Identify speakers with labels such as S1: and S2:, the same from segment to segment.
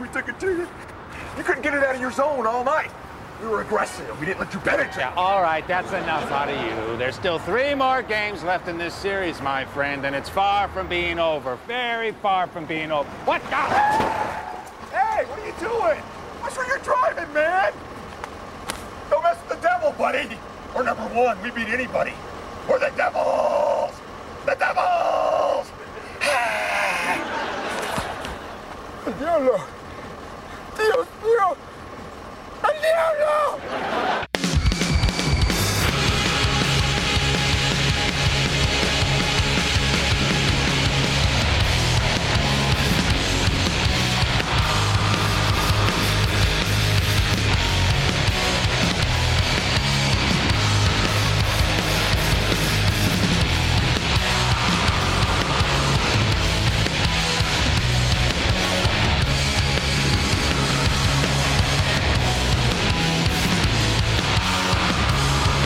S1: We took it to you. You couldn't get it out of your zone all night. We were aggressive. We didn't let you penetrate.
S2: Yeah, all right, that's enough out of you. There's still three more games left in this series, my friend, and it's far from being over. Very far from being over. What? Ah!
S1: Hey, what are you doing? Watch where you're driving, man. Don't mess with the devil, buddy. We're number one. We beat anybody. We're the devils. The devils.
S3: Ah. diablo! ¡Dios mío! ¡Al diablo!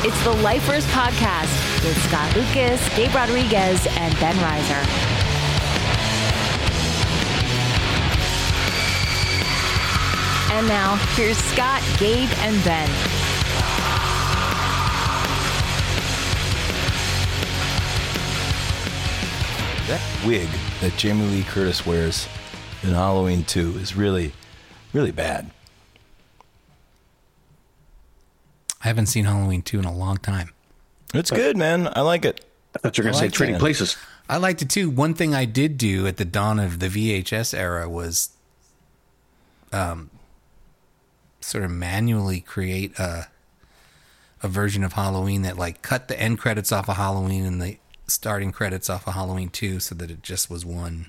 S4: It's the Lifers Podcast with Scott Lucas, Gabe Rodriguez, and Ben Reiser. And now, here's Scott, Gabe, and Ben.
S5: That wig that Jamie Lee Curtis wears in Halloween 2 is really, really bad.
S6: I haven't seen Halloween 2 in a long time.
S5: It's good, man. I like it.
S7: I thought you were going
S6: I
S7: to say
S6: like
S7: trading
S5: that.
S7: places.
S6: I liked it too. One thing I did do at the dawn of the VHS era was um, sort of manually create a, a version of Halloween that like cut the end credits off of Halloween and the starting credits off of Halloween 2 so that it just was one.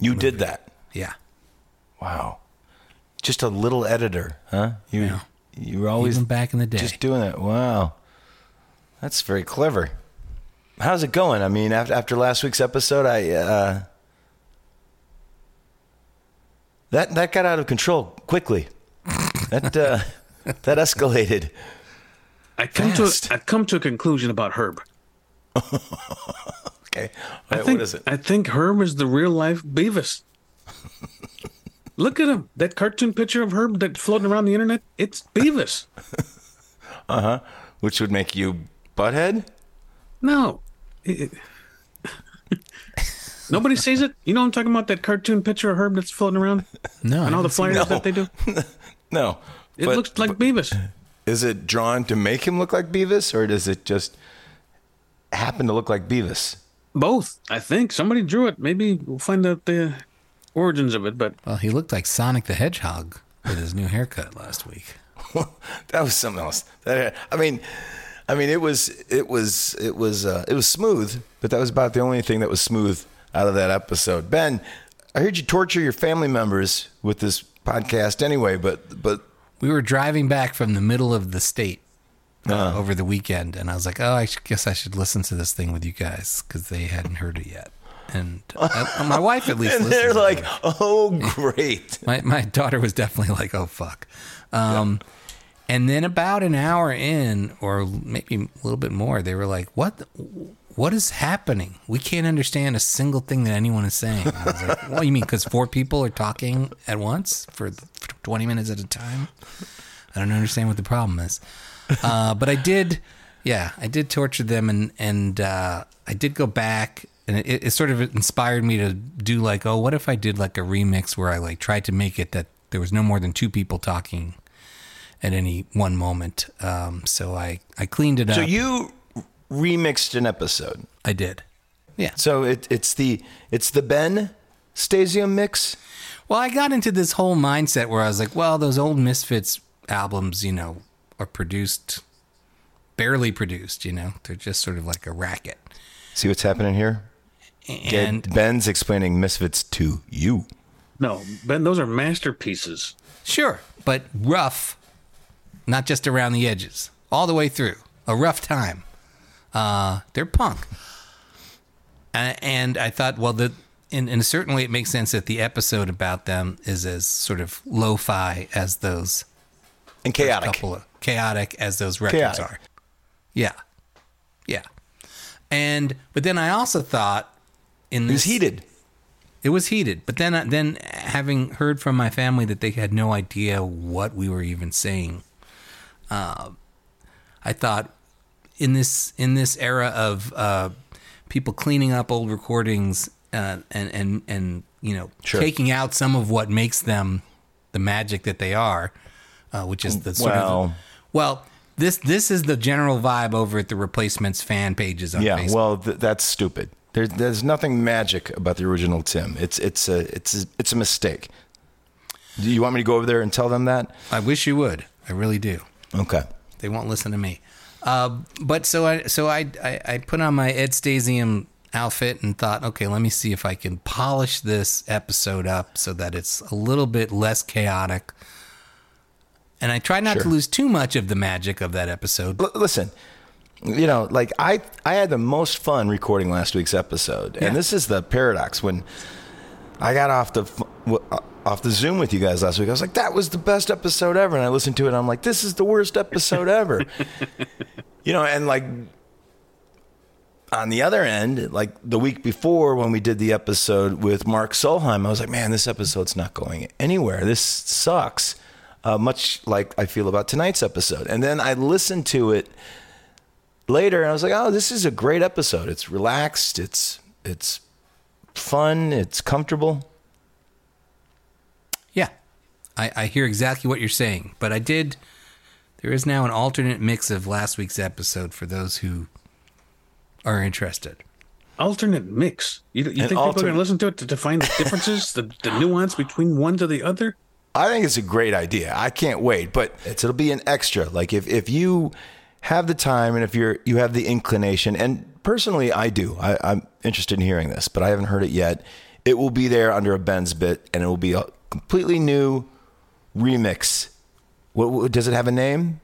S5: You did that.
S6: Yeah.
S5: Wow. Just a little editor, huh? You,
S6: Yeah.
S5: you were always
S6: Even back in the day.
S5: just doing that. Wow. That's very clever. How's it going? I mean, after, after last week's episode, I, uh, that, that got out of control quickly. That, uh, that escalated.
S7: I come to
S5: Fast.
S7: a, I come to a conclusion about Herb.
S5: Okay. All
S7: I
S5: right,
S7: think
S5: what is it?
S7: I think Herb is the real life Beavis. Look at him. That cartoon picture of Herb that's floating around the internet, it's Beavis.
S5: Which would make you butthead?
S7: No. It- it- Nobody sees it. You know I'm talking about that cartoon picture of Herb that's floating around
S6: No.
S7: and all the flyers
S5: No.
S7: that they do.
S5: No.
S7: It
S5: But-
S7: looks like Beavis.
S5: Is it drawn to make him look like Beavis, or does it just happen to look like Beavis?
S7: Both, I think. Somebody drew it. Maybe we'll find out the origins of it, but
S6: well, he looked like Sonic the Hedgehog with his new haircut last week.
S5: that was something else. That, I mean, I mean, it was it was it was uh, it was smooth, but that was about the only thing that was smooth out of that episode. Ben, I heard you torture your family members with this podcast anyway, but but
S6: we were driving back from the middle of the state uh,
S5: Uh-huh.
S6: over the weekend, and I was like, "Oh, I sh- guess I should listen to this thing with you guys because they hadn't heard it yet." And I, uh, my wife, at least,
S5: and
S6: listens
S5: they're
S6: to
S5: like,
S6: it.
S5: oh great,
S6: my my daughter was definitely like, "Oh fuck," um, and then about an hour in, or maybe a little bit more, they were like, "What?" the- What is happening? We can't understand a single thing that anyone is saying. And I was like, "What do you mean? Because four people are talking at once for, for twenty minutes at a time? I don't understand what the problem is." uh, but I did, yeah, I did torture them, and and uh, I did go back, and it, it sort of inspired me to do like, oh, what if I did like a remix where I like tried to make it that there was no more than two people talking at any one moment. Um, so I I cleaned it
S5: so
S6: up.
S5: you remixed an episode.
S6: I did. Yeah.
S5: So it, it's the it's the Ben Stasium mix.
S6: Well, I got into this whole mindset where I was like, well, those old Misfits albums, you know, are produced barely produced, you know. They're just sort of like a racket.
S5: See what's happening here.
S6: And
S5: Ben's explaining Misfits to you.
S7: no. Ben, those are masterpieces.
S6: Sure, but rough, not just around the edges, all the way through. A rough time. Uh, they're punk. Uh, and I thought, well, the and, and certainly it makes sense that the episode about them is as sort of lo-fi as those
S5: And chaotic.
S6: couple of chaotic as those records
S5: Chaotic.
S6: are. Yeah, yeah. And but then I also thought in
S5: It was
S6: this
S5: heated.
S6: it was heated, but then then having heard from my family that they had no idea what we were even saying, uh, I thought in this in this era of uh, people cleaning up old recordings uh, and and and you know
S5: Sure.
S6: taking out some of what makes them the magic that they are, uh, which
S5: Mm.
S6: is the sort of
S5: Well.
S6: well. This this is the general vibe over at the replacements fan pages on
S5: Yeah,
S6: Facebook.
S5: well, th- that's stupid. There's there's nothing magic about the original Tim. It's it's a it's a, it's a mistake. Do you want me to go over there and tell them that?
S6: I wish you would. I really do.
S5: Okay.
S6: They won't listen to me. Uh, but so I so I, I I put on my Ed Stasium outfit and thought, okay, let me see if I can polish this episode up so that it's a little bit less chaotic. And I tried not to
S5: Sure.
S6: lose too much of the magic of that episode.
S5: L- listen, you know, like I I had the most fun recording last week's episode,
S6: Yeah.
S5: and this is the paradox when I got off the f- w- uh, off the Zoom with you guys last week. I was like, that was the best episode ever, and I listened to it, and I'm like, this is the worst episode ever. you know, and like on the other end, like the week before when we did the episode with Mark Solheim, I was like, man, this episode's not going anywhere. This sucks. Uh, much like I feel about tonight's episode. And then I listened to it later and I was like, oh, this is a great episode. It's relaxed, it's it's fun, it's comfortable.
S6: Yeah. I, I hear exactly what you're saying. But I did there is now an alternate mix of last week's episode for those who are interested.
S7: Alternate mix. You, you think people are going
S5: alternate-
S7: to listen to it to, to find the differences, the, the nuance between one to the other?
S5: I think it's a great idea. I can't wait, but it's, it'll be an extra. Like if if you have the time and if you're you have the inclination, and personally, I do. I, I'm interested in hearing this, but I haven't heard it yet. It will be there under a Ben's bit, and it will be a completely new remix. What, what does it have a name?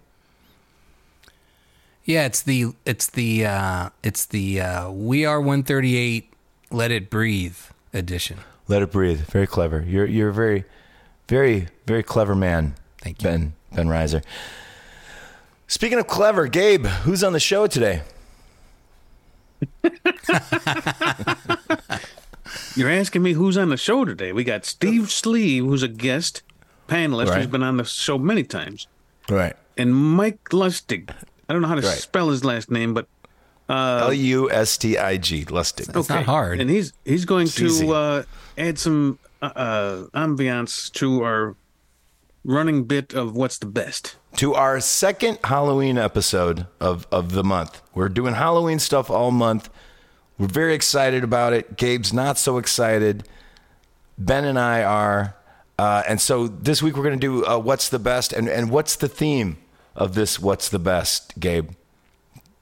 S6: Yeah, it's the it's the uh it's the uh We Are 138 Let It Breathe edition.
S5: Let it breathe. Very clever. You're you're a very, very very clever man.
S6: Thank you.
S5: Ben Ben Reiser. Speaking of clever, Gabe, who's on the show today?
S7: You're asking me who's on the show today. We got Steve Sleeve, who's a guest panelist who's
S5: Right.
S7: been on the show many times,
S5: Right.
S7: and Mike Lustig. I don't know how to
S5: Right.
S7: spell his last name, but
S5: L U S T I G, Lustig.
S6: It's not hard.
S7: And he's he's going
S5: easy.
S7: to uh, add some uh, uh, ambiance to our running bit of what's the best.
S5: To our second Halloween episode of, of the month. We're doing Halloween stuff all month. We're very excited about it. Gabe's not so excited. Ben and I are. Uh, and so this week we're going to do uh, What's the Best and, and what's the theme of this What's the Best, Gabe?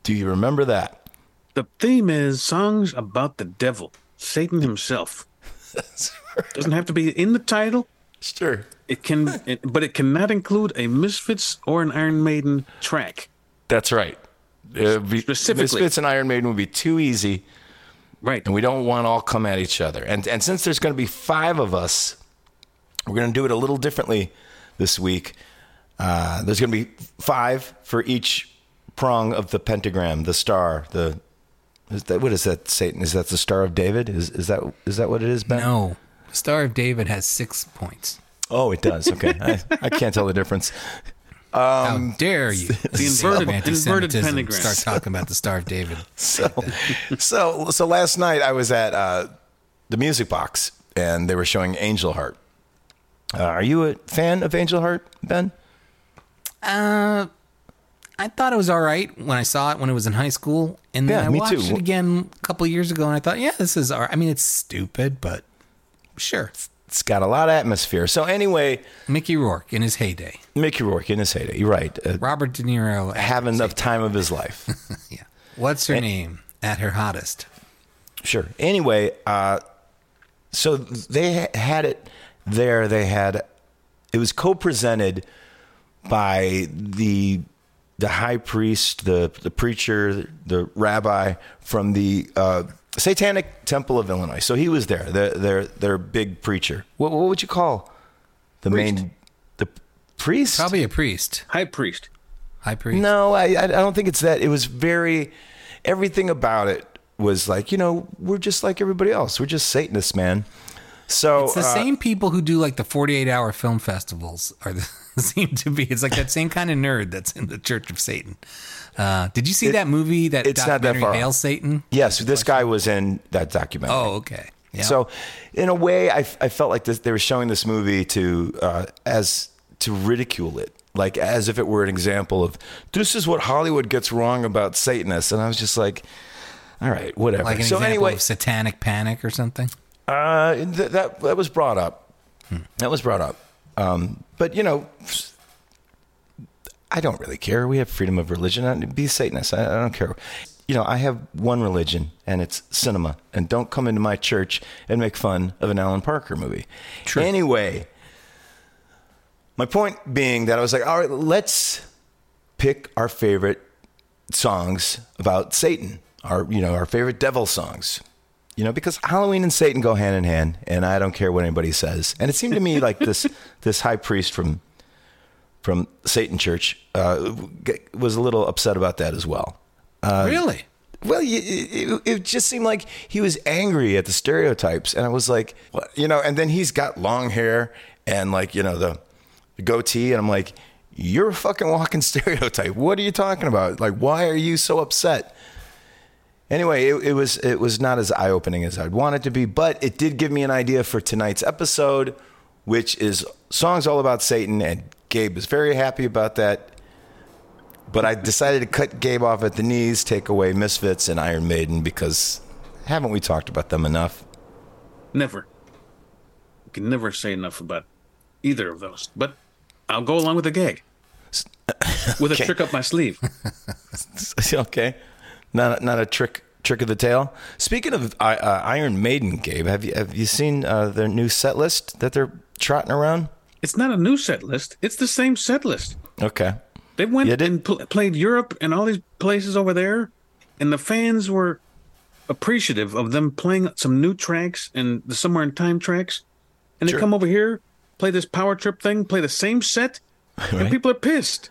S5: Do you remember that?
S7: The theme is songs about the devil, Satan himself. Doesn't have to be in the title.
S5: Sure.
S7: It can, it, but it cannot include a Misfits or an Iron Maiden track.
S5: That's right. It would be-
S7: Specifically.
S5: Misfits and Iron Maiden would be too easy.
S7: Right.
S5: and we don't want to all come at each other. And and since there's going to be five of us, we're going to do it a little differently this week. Uh, there's going to be five for each prong of the pentagram, the star, the is that what is that? Satan is that the star of David? Is is that is that what it is? Ben?
S6: No. Star of David has 6 points.
S5: Oh, it does. Okay, I, I can't tell the difference.
S6: How dare you? The
S7: inverted- inverted pentagram.
S6: Start Um, talking about the Star of David.
S5: so, so, so last night I was at uh, the Music Box and they were showing Angel Heart. Uh, are you a fan of Angel Heart, Ben?
S6: I thought it was all right when I saw it when it was in high school, and then
S5: Yeah,
S6: I
S5: me
S6: watched
S5: too.
S6: it again a couple years ago, and I thought, yeah, this is all right. I mean, it's stupid, but sure.
S5: It's got a lot of atmosphere. So anyway,
S6: Mickey Rourke in his heyday,
S5: Mickey Rourke in his heyday. You're right. Uh,
S6: Robert De Niro at-
S5: having the time of his life.
S6: yeah. What's
S5: Eh.
S6: her name at her hottest?
S5: Sure. Anyway, uh, so they ha- had it there. They had it was co-presented by the the high priest, the the preacher, the rabbi from the uh, Satanic Temple of Illinois. So he was there. Their their their big preacher. What what would you call the main the priest?
S6: Probably a priest,
S7: High priest.
S6: high priest.
S5: No, I, I I don't think it's that. It was very, everything about it was like, you know, we're just like everybody else. We're just Satanists, man. So
S6: It's the
S5: uh,
S6: same people who do like the 48 hour film festivals are the, seem to be. It's like that same kind of nerd that's in the Church of Satan. Uh, did you see that movie that
S5: it's not that
S6: documentary,
S5: far off.
S6: Hail Satan?
S5: Yes, this guy was in that documentary.
S6: Oh, okay. Yeah.
S5: So, in a way, I, I felt like this, they were showing this movie to uh, as to ridicule it, like as if it were an example of this is what Hollywood gets wrong about Satanists, and I was just like, all right, whatever.
S6: like an
S5: so
S6: example
S5: anyway,
S6: of satanic panic or something.
S5: uh, th- that that was brought up. That was brought up. Um, but you know, I don't really care. We have freedom of religion. I, be Satanist. I, I don't care. You know, I have one religion, and it's cinema. And don't come into my church and make fun of an Alan Parker movie. True. Anyway, my point being that I was like, all right, let's pick our favorite songs about Satan, our you know our favorite devil songs. You know, because Halloween and Satan go hand in hand, and I don't care what anybody says. And it seemed to me like this this high priest from from Satan Church uh, g- was a little upset about that as well. Uh,
S6: really?
S5: Well, y- it, it just seemed like he was angry at the stereotypes, and I was like, what? you know. And then he's got long hair and like you know the, the goatee, and I'm like, you're a fucking walking stereotype. What are you talking about? Like, why are you so upset? Anyway, it, it was it was not as eye opening as I'd want it to be, but it did give me an idea for tonight's episode, which is songs all about Satan, and Gabe is very happy about that. But I decided to cut Gabe off at the knees, take away Misfits and Iron Maiden because haven't we talked about them enough?
S7: Never. You can never say enough about either of those. But I'll go along with the gag. With a trick up my sleeve.
S5: okay, not not a trick trick of the tail. Speaking of I- uh, Iron Maiden, Gabe, have you have you seen uh, their new set list that they're trotting around?
S7: It's not a new set list. It's the same set list.
S5: Okay,
S7: They went
S5: Yeah, they-
S7: and pl- played Europe and all these places over there, and the fans were appreciative of them playing some new tracks and the Somewhere in Time tracks. And they come over here, play this power trip thing, play the same set, and people are pissed.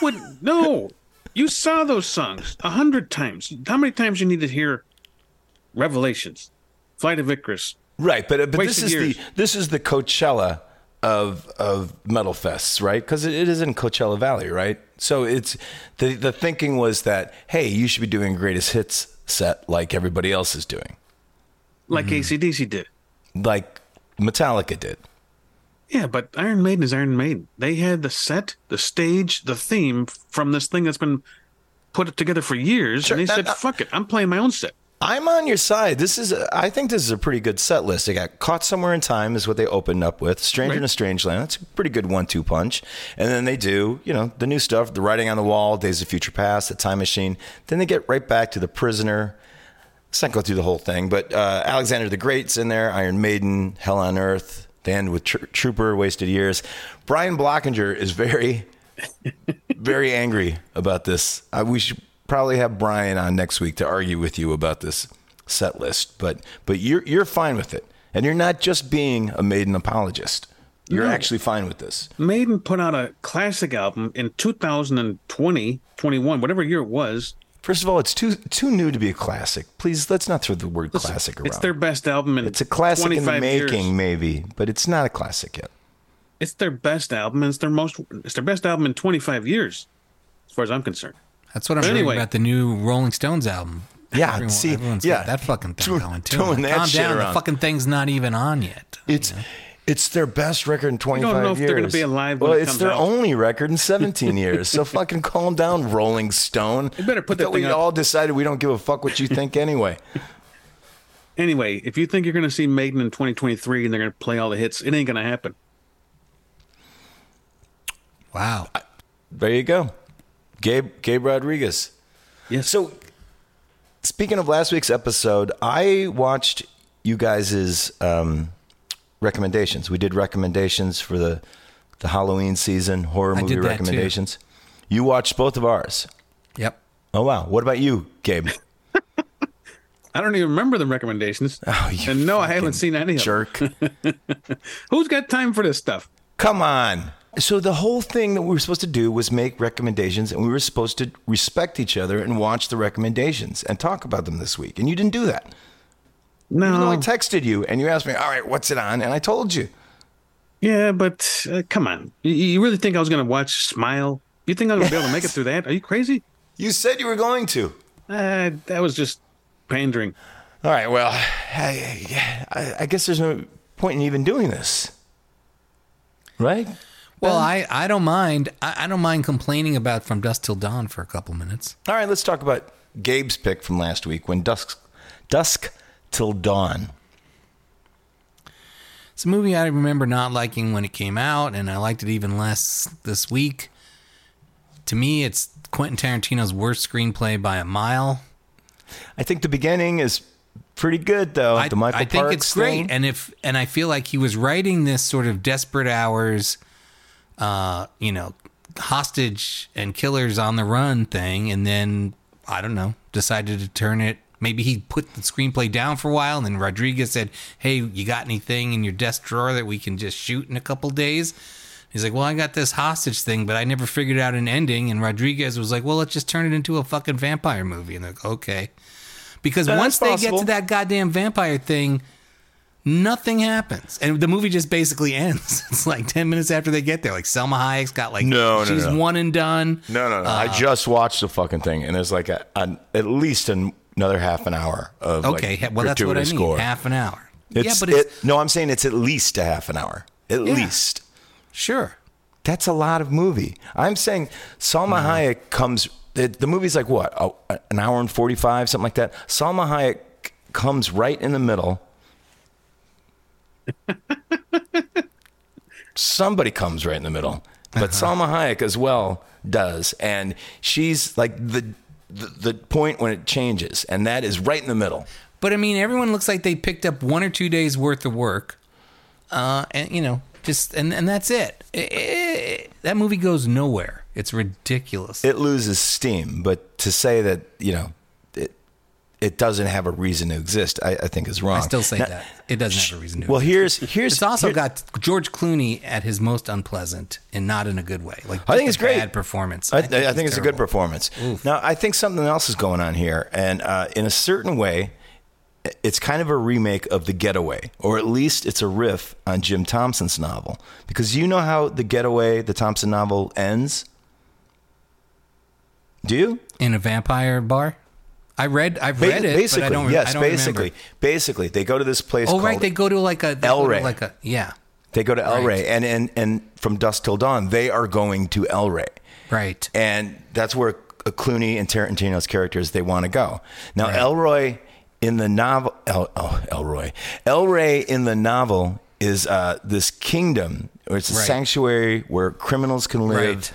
S7: what? No, you saw those songs a hundred times. How many times you need to hear Revelations, Flight of Icarus?
S5: right, but but this
S7: Wasted
S5: is
S7: years.
S5: the this is the Coachella of of metal fests, right? Because it, it is in Coachella Valley, right? So it's the the thinking was that hey, you should be doing greatest hits set like everybody else is doing.
S7: Like
S5: Mm-hmm.
S7: ACDC did.
S5: like Metallica did.
S7: Yeah, but Iron Maiden is Iron Maiden. They had the set, the stage, the theme from this thing that's been put together for years, and they
S5: and
S7: said,
S5: I-
S7: "Fuck it, I'm playing my own set."
S5: I'm on your side. This is, a, I think, this is a pretty good set list. They got "Caught Somewhere in Time" is what they opened up with. "Stranger in a Strange Land." That's a pretty good one-two punch. And then they do, you know, the new stuff: "The Writing on the Wall," "Days of Future Past," "The Time Machine." Then they get right back to "The Prisoner." Let's not go through the whole thing, but uh, Alexander the Great's in there, Iron Maiden, Hell on Earth. They end with Tr- Trooper, Wasted Years. Brian Blockinger is very very angry about this. I, we should probably have Brian on next week to argue with you about this set list, but but you're you're fine with it, and you're not just being a maiden apologist. You're actually fine with this.
S7: Maiden put out a classic album in 2020, 21, whatever year it was.
S5: First of all, it's too too new to be a classic. Please let's not throw the word classic around.
S7: It's their best album in
S5: It's a classic in the
S7: 25 years.
S5: making, maybe, but it's not a classic yet.
S7: It's their best album, and it's their most. It's their best album in 25 years, as far as I'm concerned.
S6: That's what I'm
S7: But
S6: hearing
S7: anyway.
S6: about the new Rolling Stones album.
S5: Yeah,
S6: Everyone-
S5: see,
S6: everyone's
S5: yeah,
S6: got that fucking thing
S5: doing-
S6: going too.
S5: doing that
S6: Calm
S5: shit
S6: down,
S5: around.
S6: the fucking thing's not even on yet.
S5: It's it's their best record in 25
S7: know if
S5: years.
S7: they're gonna be alive when
S5: Well,
S7: it
S5: it's
S7: comes
S5: their
S7: out.
S5: only record in 17 years. So fucking calm down, Rolling Stone.
S7: You better put
S5: I
S7: that
S5: thought
S7: thing
S5: we
S7: up.
S5: all decided we don't give a fuck what you think anyway.
S7: Anyway, if you think you're going to see Maiden in 2023 and they're going to play all the hits, it ain't going to happen.
S6: Wow.
S5: there you go. Gabe Gabe Rodriguez.
S7: Yes.
S5: So speaking of last week's episode, I watched you guys' um, recommendations. We did recommendations for the the Halloween season horror
S6: I
S5: movie
S6: did that too.
S5: recommendations. You watched both of ours.
S6: Yep.
S5: Oh wow. What about you, Gabe?
S7: I don't even remember the recommendations.
S5: Oh, you
S7: and no, I
S5: fucking
S7: haven't seen any of them.
S5: Jerk.
S7: Who's got time for this stuff?
S5: Come on. So the whole thing that we were supposed to do was make recommendations and we were supposed to respect each other and watch the recommendations and talk about them this week. And you didn't do that. Even though
S7: No.
S5: I texted you and you asked me, all right, what's it on? And I told you.
S7: yeah, but uh, come on. You, you really think I was going to watch Smile? You think I'm going to be able to make it through that? Are you crazy?
S5: You said you were going to.
S7: Uh, that was just pandering.
S5: All right, well, I, yeah, I, I guess there's no point in even doing this. Right?
S6: Well, I, I don't mind. I, I don't mind complaining about From Dusk Till Dawn for a couple minutes.
S5: All right, let's talk about Gabe's pick from last week when dusk, dusk till dawn.
S6: It's a movie I remember not liking when it came out, and I liked it even less this week. To me, it's Quentin Tarantino's worst screenplay by a mile.
S5: I think the beginning is pretty good, though.
S6: I,
S5: the Michael
S6: I think
S5: Parks
S6: it's great,
S5: thing.
S6: and if and I feel like he was writing this sort of desperate hours, uh, you know, hostage and killers on the run thing, and then I don't know, decided to turn it. Maybe he put the screenplay down for a while, and then Rodriguez said, "Hey, you got anything in your desk drawer that we can just shoot in a couple days?" He's like, "Well, I got this hostage thing, but I never figured out an ending." And Rodriguez was like, "Well, let's just turn it into a fucking vampire movie." And they're like, "Okay." Because
S5: that's
S6: once they get
S5: possible.
S6: to that goddamn vampire thing, nothing happens, and the movie just basically ends. It's like ten minutes after they get there. Like Selma Hayek's got like
S5: No, no,
S6: she's
S5: no.
S6: one and done.
S5: No, no, no. I
S6: Uh.
S5: just watched the fucking thing, and there's like a, an at least an, another half an hour of like,
S6: Okay, well that's what I mean.
S5: gratuitous gore.
S6: Half an hour.
S5: It's-
S6: yeah, but it's
S5: it- no, I'm saying it's at least a half an hour. At least
S6: sure.
S5: that's a lot of movie. I'm saying Salma
S6: Mm-hmm.
S5: Hayek comes. The, the movie's like what a, an hour and forty five, something like that. Salma Hayek c- comes right in the middle. Somebody comes right in the middle, but
S6: Uh-huh.
S5: Salma Hayek as well does, and she's like the, the the point when it changes, and that is right in the middle.
S6: But I mean, everyone looks like they picked up one or two days worth of work, uh, and you know, just and and that's it. I- I- I- that movie goes nowhere. It's ridiculous.
S5: it loses steam. But to say that you know it it doesn't have a reason to exist, I, I think is wrong.
S6: I still say
S5: Now-
S6: that it doesn't have a reason to.
S5: Well,
S6: exist.
S5: here's here's
S6: It's also
S5: here-
S6: got George Clooney at his most unpleasant and not in a good way. Like
S5: I think it's
S6: just a
S5: great
S6: bad performance.
S5: I, I think, it's a good
S6: terrible.
S5: performance. Now I think something else is going on here, and uh, in a certain way, it's kind of a remake of The Getaway, or at least it's a riff on Jim Thompson's novel. Because you know how The Getaway, the Thompson novel, ends. Do you?
S6: in a vampire bar. I read. I've
S5: Ba-
S6: read it,
S5: basically,
S6: but I don't. re-
S5: yes,
S6: I don't
S5: basically,
S6: Remember.
S5: basically, they go to this place.
S6: Oh right,
S5: called-
S6: they go to like a they
S5: El
S6: go to
S5: Rey.
S6: Like a yeah,
S5: They go to El
S6: Right.
S5: Rey, and and and from dusk till dawn, they are going to El Rey,
S6: right.
S5: and that's where Clooney and Tarantino's characters they want to go. Now, Elroy in the novel, El, oh, Elroy, El Rey in the novel is uh, this kingdom, or it's a
S6: Right.
S5: sanctuary where criminals can live
S6: Right.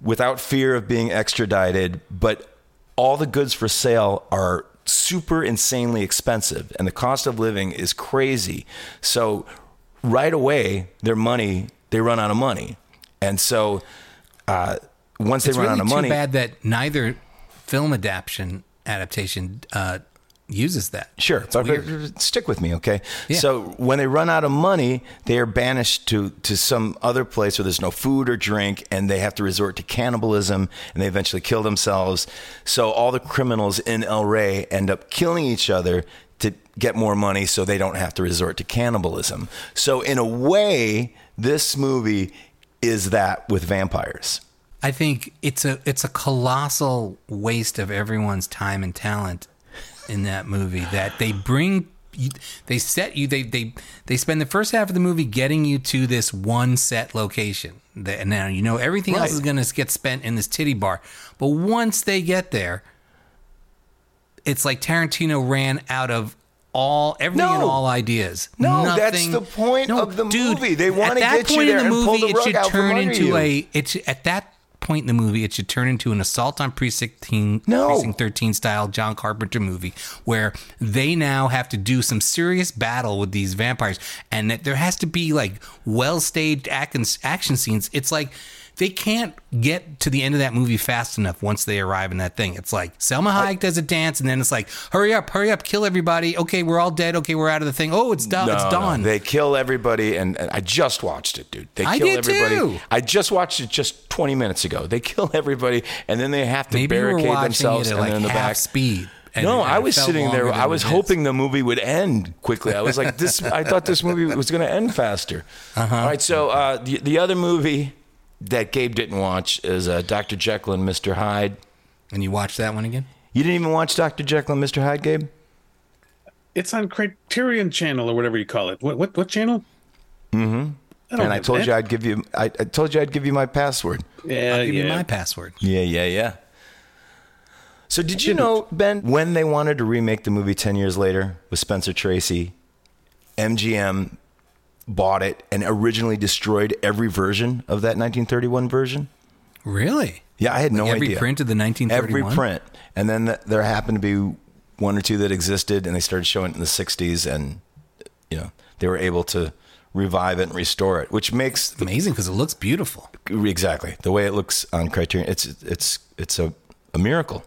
S5: without fear of being extradited, but all the goods for sale are super insanely expensive and the cost of living is crazy. So right away their money they run out of money. And so uh, once they
S6: It's
S5: run
S6: really
S5: out of
S6: too
S5: money
S6: bad that neither film adaptation adaptation uh, uses that.
S5: Sure,
S6: It's
S5: but
S6: weird.
S5: but stick with me, okay?
S6: Yeah.
S5: So when they run out of money, they are banished to to some other place where there's no food or drink, and they have to resort to cannibalism, and they eventually kill themselves. So all the criminals in El Rey end up killing each other to get more money, so they don't have to resort to cannibalism. So in a way, this movie is that with vampires.
S6: I think it's a it's a colossal waste of everyone's time and talent in that movie that they bring you- they set you they they they spend the first half of the movie getting you to this one set location that and now you know everything else is going to get spent in this titty bar but once they get there it's like Tarantino ran out of all everything and
S5: No.
S6: all ideas
S5: No, that's
S6: Nothing-
S5: the point of the
S6: dude,
S5: movie. They
S6: at
S5: wanna
S6: that
S5: get you
S6: point in
S5: there
S6: the
S5: and pull
S6: movie,
S5: the
S6: it
S5: rug
S6: should
S5: out from
S6: turn
S5: under
S6: into
S5: you.
S6: a it should, at that point in the movie it should turn into an assault on precinct 13,
S5: No.
S6: precinct 13 style john carpenter movie where they now have to do some serious battle with these vampires and that there has to be like well staged action, action scenes it's like they can't get to the end of that movie fast enough once they arrive in that thing. It's like Selma Hayek does a dance, and then it's like, hurry up, hurry up, kill everybody. Okay, we're all dead. Okay, we're out of the thing. Oh, it's done. it's
S5: No, no.
S6: dawn.
S5: They kill everybody, and, and I just watched it, dude. They
S6: I
S5: kill
S6: did
S5: everybody.
S6: too.
S5: I just watched it just 20 minutes ago. They kill everybody, and then they have to
S6: Maybe you were
S5: barricade
S6: watching
S5: themselves
S6: it at
S5: and
S6: like
S5: then in the
S6: half
S5: back.
S6: speed, and-
S5: No,
S6: and
S5: I
S6: it
S5: was
S6: felt
S5: sitting there.
S6: longer than
S5: I
S6: it
S5: was
S6: is.
S5: hoping the movie would end quickly. I was like, this. I thought this movie was going to end faster.
S6: Uh-huh.
S5: All right. So uh, the the other movie that Gabe didn't watch is uh, Doctor Jekyll and Mister Hyde.
S6: And you watch that one again?
S5: You didn't even watch Doctor Jekyll and Mister Hyde, Gabe.
S7: It's on Criterion Channel or whatever you call it. What what what channel? Mm-hmm. I don't
S5: And I
S7: have
S5: told
S7: that.
S5: you I'd give you. I, I told you I'd give you my password.
S7: Yeah,
S6: Give me
S7: yeah.
S6: my password.
S5: Yeah, yeah, yeah. So did you know, Ben, when they wanted to remake the movie 10 years later with Spencer Tracy, MGM bought it and originally destroyed every version of that 1931 version?
S6: Really?
S5: Yeah, I had no
S6: every
S5: idea.
S6: print of the 1931?
S5: Every print. And then th- there happened to be one or two that existed and they started showing it in the 60s and you know, they were able to revive it and restore it, which makes the
S6: Amazing because it looks beautiful.
S5: exactly the way it looks on Criterion. It's it's it's a, a miracle,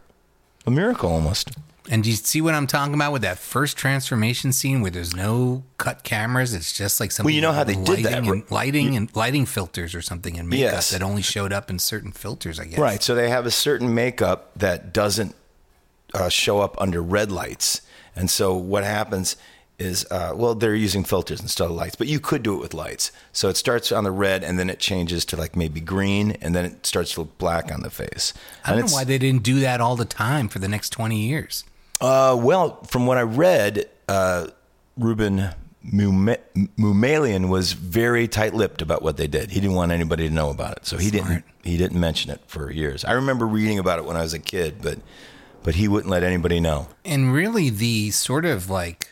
S5: a miracle almost.
S6: And do you see what I'm talking about with that first transformation scene where there's no cut cameras? It's just like something.
S5: you know how they did
S6: lighting
S5: that,
S6: and, lighting and lighting filters or something and makeup
S5: Yes.
S6: that only showed up in certain filters. I guess.
S5: Right. So they have a certain makeup that doesn't uh, show up under red lights, and so what happens is, uh, well, they're using filters instead of lights, but you could do it with lights. So it starts on the red, and then it changes to like maybe green, and then it starts to look black on the face.
S6: I
S5: and
S6: don't know
S5: it's-
S6: why they didn't do that all the time for the next 20 years.
S5: Uh, well, from what I read, uh, Ruben Mume- Mumalian was very tight-lipped about what they did. He didn't want anybody to know about it, so he didn't. He didn't mention it for years. I remember reading about it when I was a kid, but but he wouldn't let anybody know.
S6: And really, the sort of like,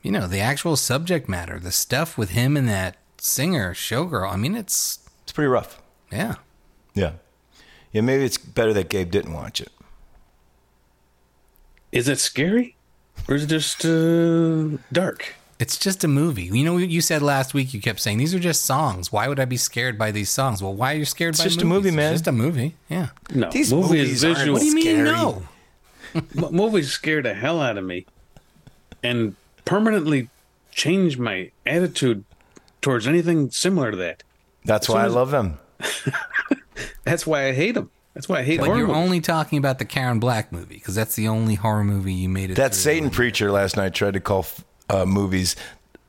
S6: you know, the actual subject matter, the stuff with him and that singer, showgirl, I mean, it's,
S5: It's pretty rough.
S6: yeah.
S5: Yeah, yeah. Maybe it's better that Gabe didn't watch it.
S7: Is it scary, or is it just uh, dark?
S6: It's just a movie. You know, you said last week, you kept saying, these are just songs. Why would I be scared by these songs? Well, why are you scared by
S5: just a
S6: movies?
S5: movie,
S6: It's
S5: man.
S6: just a movie. Yeah.
S7: No,
S5: These
S7: movie
S5: movies
S7: is
S5: aren't
S7: visual.
S5: What do you mean? Scary.
S6: no?
S7: M- movies scare the hell out of me, and permanently change my attitude towards anything similar to that.
S5: That's why I love him.
S7: That's why I hate them. That's why I hate
S6: But
S7: horror
S6: you're
S7: movies.
S6: only talking about the Karen Black movie because that's the only horror movie you made it
S5: That
S6: through.
S5: Satan preacher last night tried to call uh, movies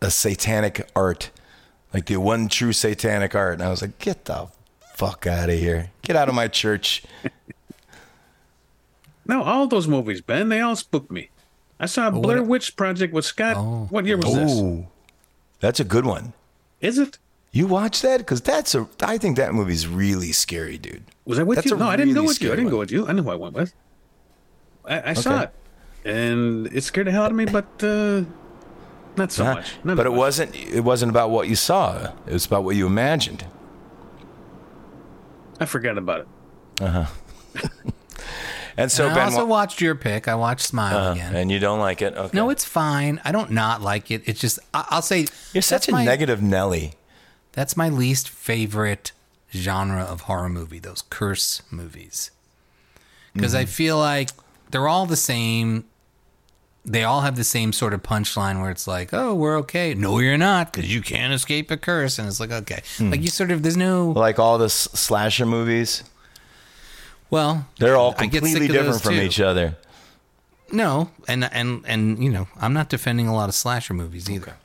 S5: a satanic art, like the one true satanic art. And I was like, get the fuck out of here. Get out of my church.
S7: No, all those movies, Ben, they all spooked me. I saw
S5: Oh,
S7: Blair
S6: what-
S7: Witch Project with Scott.
S6: Oh.
S7: What year was this?
S5: Ooh, that's a good one.
S7: Is it?
S5: You watch that? Because that's a, I think that movie's really scary, dude.
S7: Was I with
S5: That's
S7: you?
S5: a
S7: No, I didn't go
S5: really
S7: with you. I
S5: scary
S7: didn't go
S5: one.
S7: with you. I know who I went with. I, I saw
S5: Okay.
S7: it, and it scared the hell out of me, but uh, not so
S5: Huh?
S7: much. Not
S5: but it
S7: much.
S5: wasn't, it wasn't about what you saw. It was about what you imagined.
S7: I forgot about it.
S5: And so,
S6: And I
S5: Ben,
S6: also
S5: wa- Uh,
S6: watched your pick. I watched Smile again.
S5: and you don't like it? Okay.
S6: No, it's fine. I don't not like it. It's just I, I'll say
S5: You're such
S6: that's
S5: a
S6: my,
S5: negative Nelly.
S6: That's my least favorite genre of horror movie. Those curse movies, because
S5: Mm-hmm.
S6: I feel like they're all the same. They all have the same sort of punchline where it's like, "Oh, we're okay." No, you're not, because you can't escape a curse. And it's like, okay,
S5: Hmm.
S6: like you sort of there's no
S5: Like all the s- slasher movies,
S6: well.
S5: they're all
S6: I get sick
S5: completely
S6: of those
S5: different from
S6: too.
S5: each other.
S6: No, and and and you know, I'm not defending a lot of slasher movies either.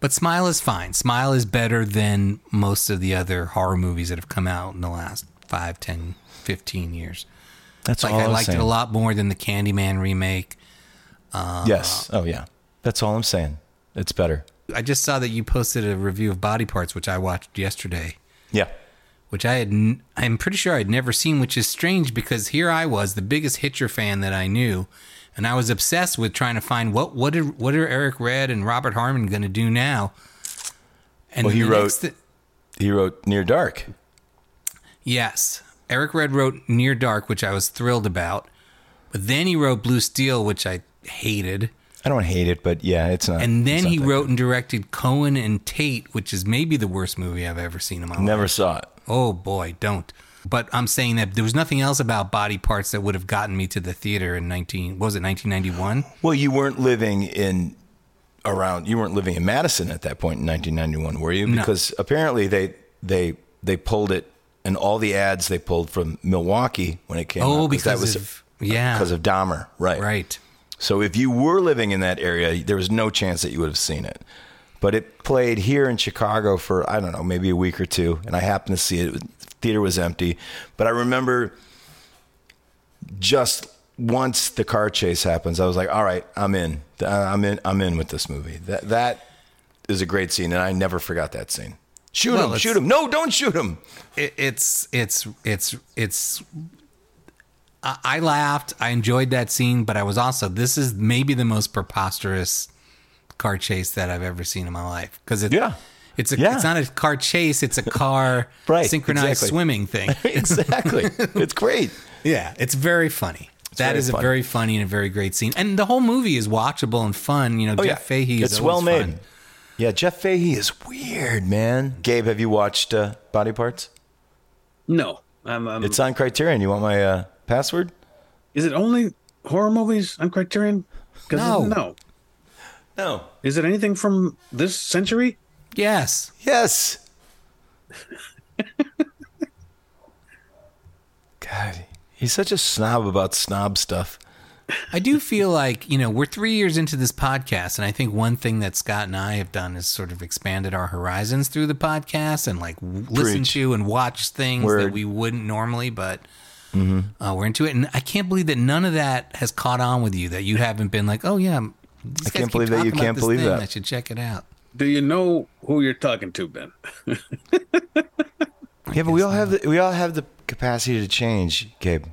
S6: But Smile is fine. Smile is better than most of the other horror movies that have come out in the last 5, 10, 15 years.
S5: That's
S6: Like
S5: all
S6: I
S5: I'm
S6: liked it
S5: saying.
S6: a lot more than the Candyman remake.
S5: yes. Oh yeah. That's all I'm saying. It's better.
S6: I just saw that you posted a review of Body Parts which I watched yesterday.
S5: Yeah.
S6: which I had n- I'm pretty sure I'd never seen, which is strange because here I was, the biggest Hitcher fan that I knew, and I was obsessed with trying to find what what are, what are Eric Red and Robert Harmon going to do now. And
S5: Well, he
S6: the
S5: wrote-
S6: next thi-
S5: He wrote Near Dark.
S6: yes, Eric Red wrote Near Dark, which I was thrilled about, but then he wrote Blue Steel, which I hated.
S5: I don't hate it, but yeah, it's not.
S6: And
S5: it's
S6: then
S5: not
S6: he
S5: that
S6: wrote and directed Cohen and Tate, which is maybe the worst movie I've ever seen in my
S5: good.
S6: life.
S5: Never saw it.
S6: Oh boy, don't. But I'm saying that there was nothing else about body parts that would have gotten me to the theater in 19 what was it 1991?
S5: Well, you weren't living in around. You weren't living in Madison at that point in 1991, were you? Because apparently they they they pulled it and all the ads they pulled from Milwaukee when it came.
S6: Oh,
S5: out,
S6: because
S5: that was
S6: of Yeah.
S5: because of Dahmer, right?
S6: right.
S5: So if you were living in that area, there was no chance that you would have seen it. But it played here in Chicago for I don't know, maybe a week or two, and I happened to see it. The theater was empty, but I remember just once the car chase happens, I was like, "All right, I'm in. Uh, I'm in. I'm in with this movie." That that is a great scene, and I never forgot that scene. Shoot
S6: Well,
S5: him!
S6: it's-
S5: Shoot him! No, don't shoot him!
S6: It, it's it's it's it's. I, I laughed. I enjoyed that scene, but I was also this is maybe the most preposterous car chase that I've ever seen in my life because it
S5: Yeah.
S6: It's a,
S5: Yeah.
S6: it's not a car chase. It's a car
S5: Right,
S6: synchronized
S5: exactly.
S6: swimming thing.
S5: exactly. It's great.
S6: Yeah, it's very funny. That
S5: very
S6: is
S5: funny.
S6: a very funny and a very great scene, and the whole movie is watchable and fun. You know, Jeff Fahey is
S5: Oh, it's well
S6: always
S5: made.
S6: fun.
S5: Yeah, Jeff Fahey is weird, man. Gabe, have you watched uh, Body Parts?
S7: No, I'm, I'm,
S5: It's on Criterion. You want my uh, password?
S7: is it only horror movies on Criterion? 'Cause
S6: No.
S7: no.
S5: No.
S7: Is it anything from this century?
S6: Yes,
S5: Yes. God, he's such a snob about snob stuff.
S6: I do feel like you know we're three years into this podcast, and I think one thing that Scott and I have done is sort of expanded our horizons through the podcast and like w listen
S5: Preach.
S6: to and watch things that
S5: Word. Mm-hmm.
S6: we wouldn't normally, but. Uh, we're into it, and I can't believe that none of that has caught on with you. That you haven't been like, "Oh yeah, I
S5: can't believe that you can't believe that.
S6: I should check it out."
S7: Do you know who you're talking to, Ben?
S5: Yeah, but we all have the, we all have the capacity to change, Gabe.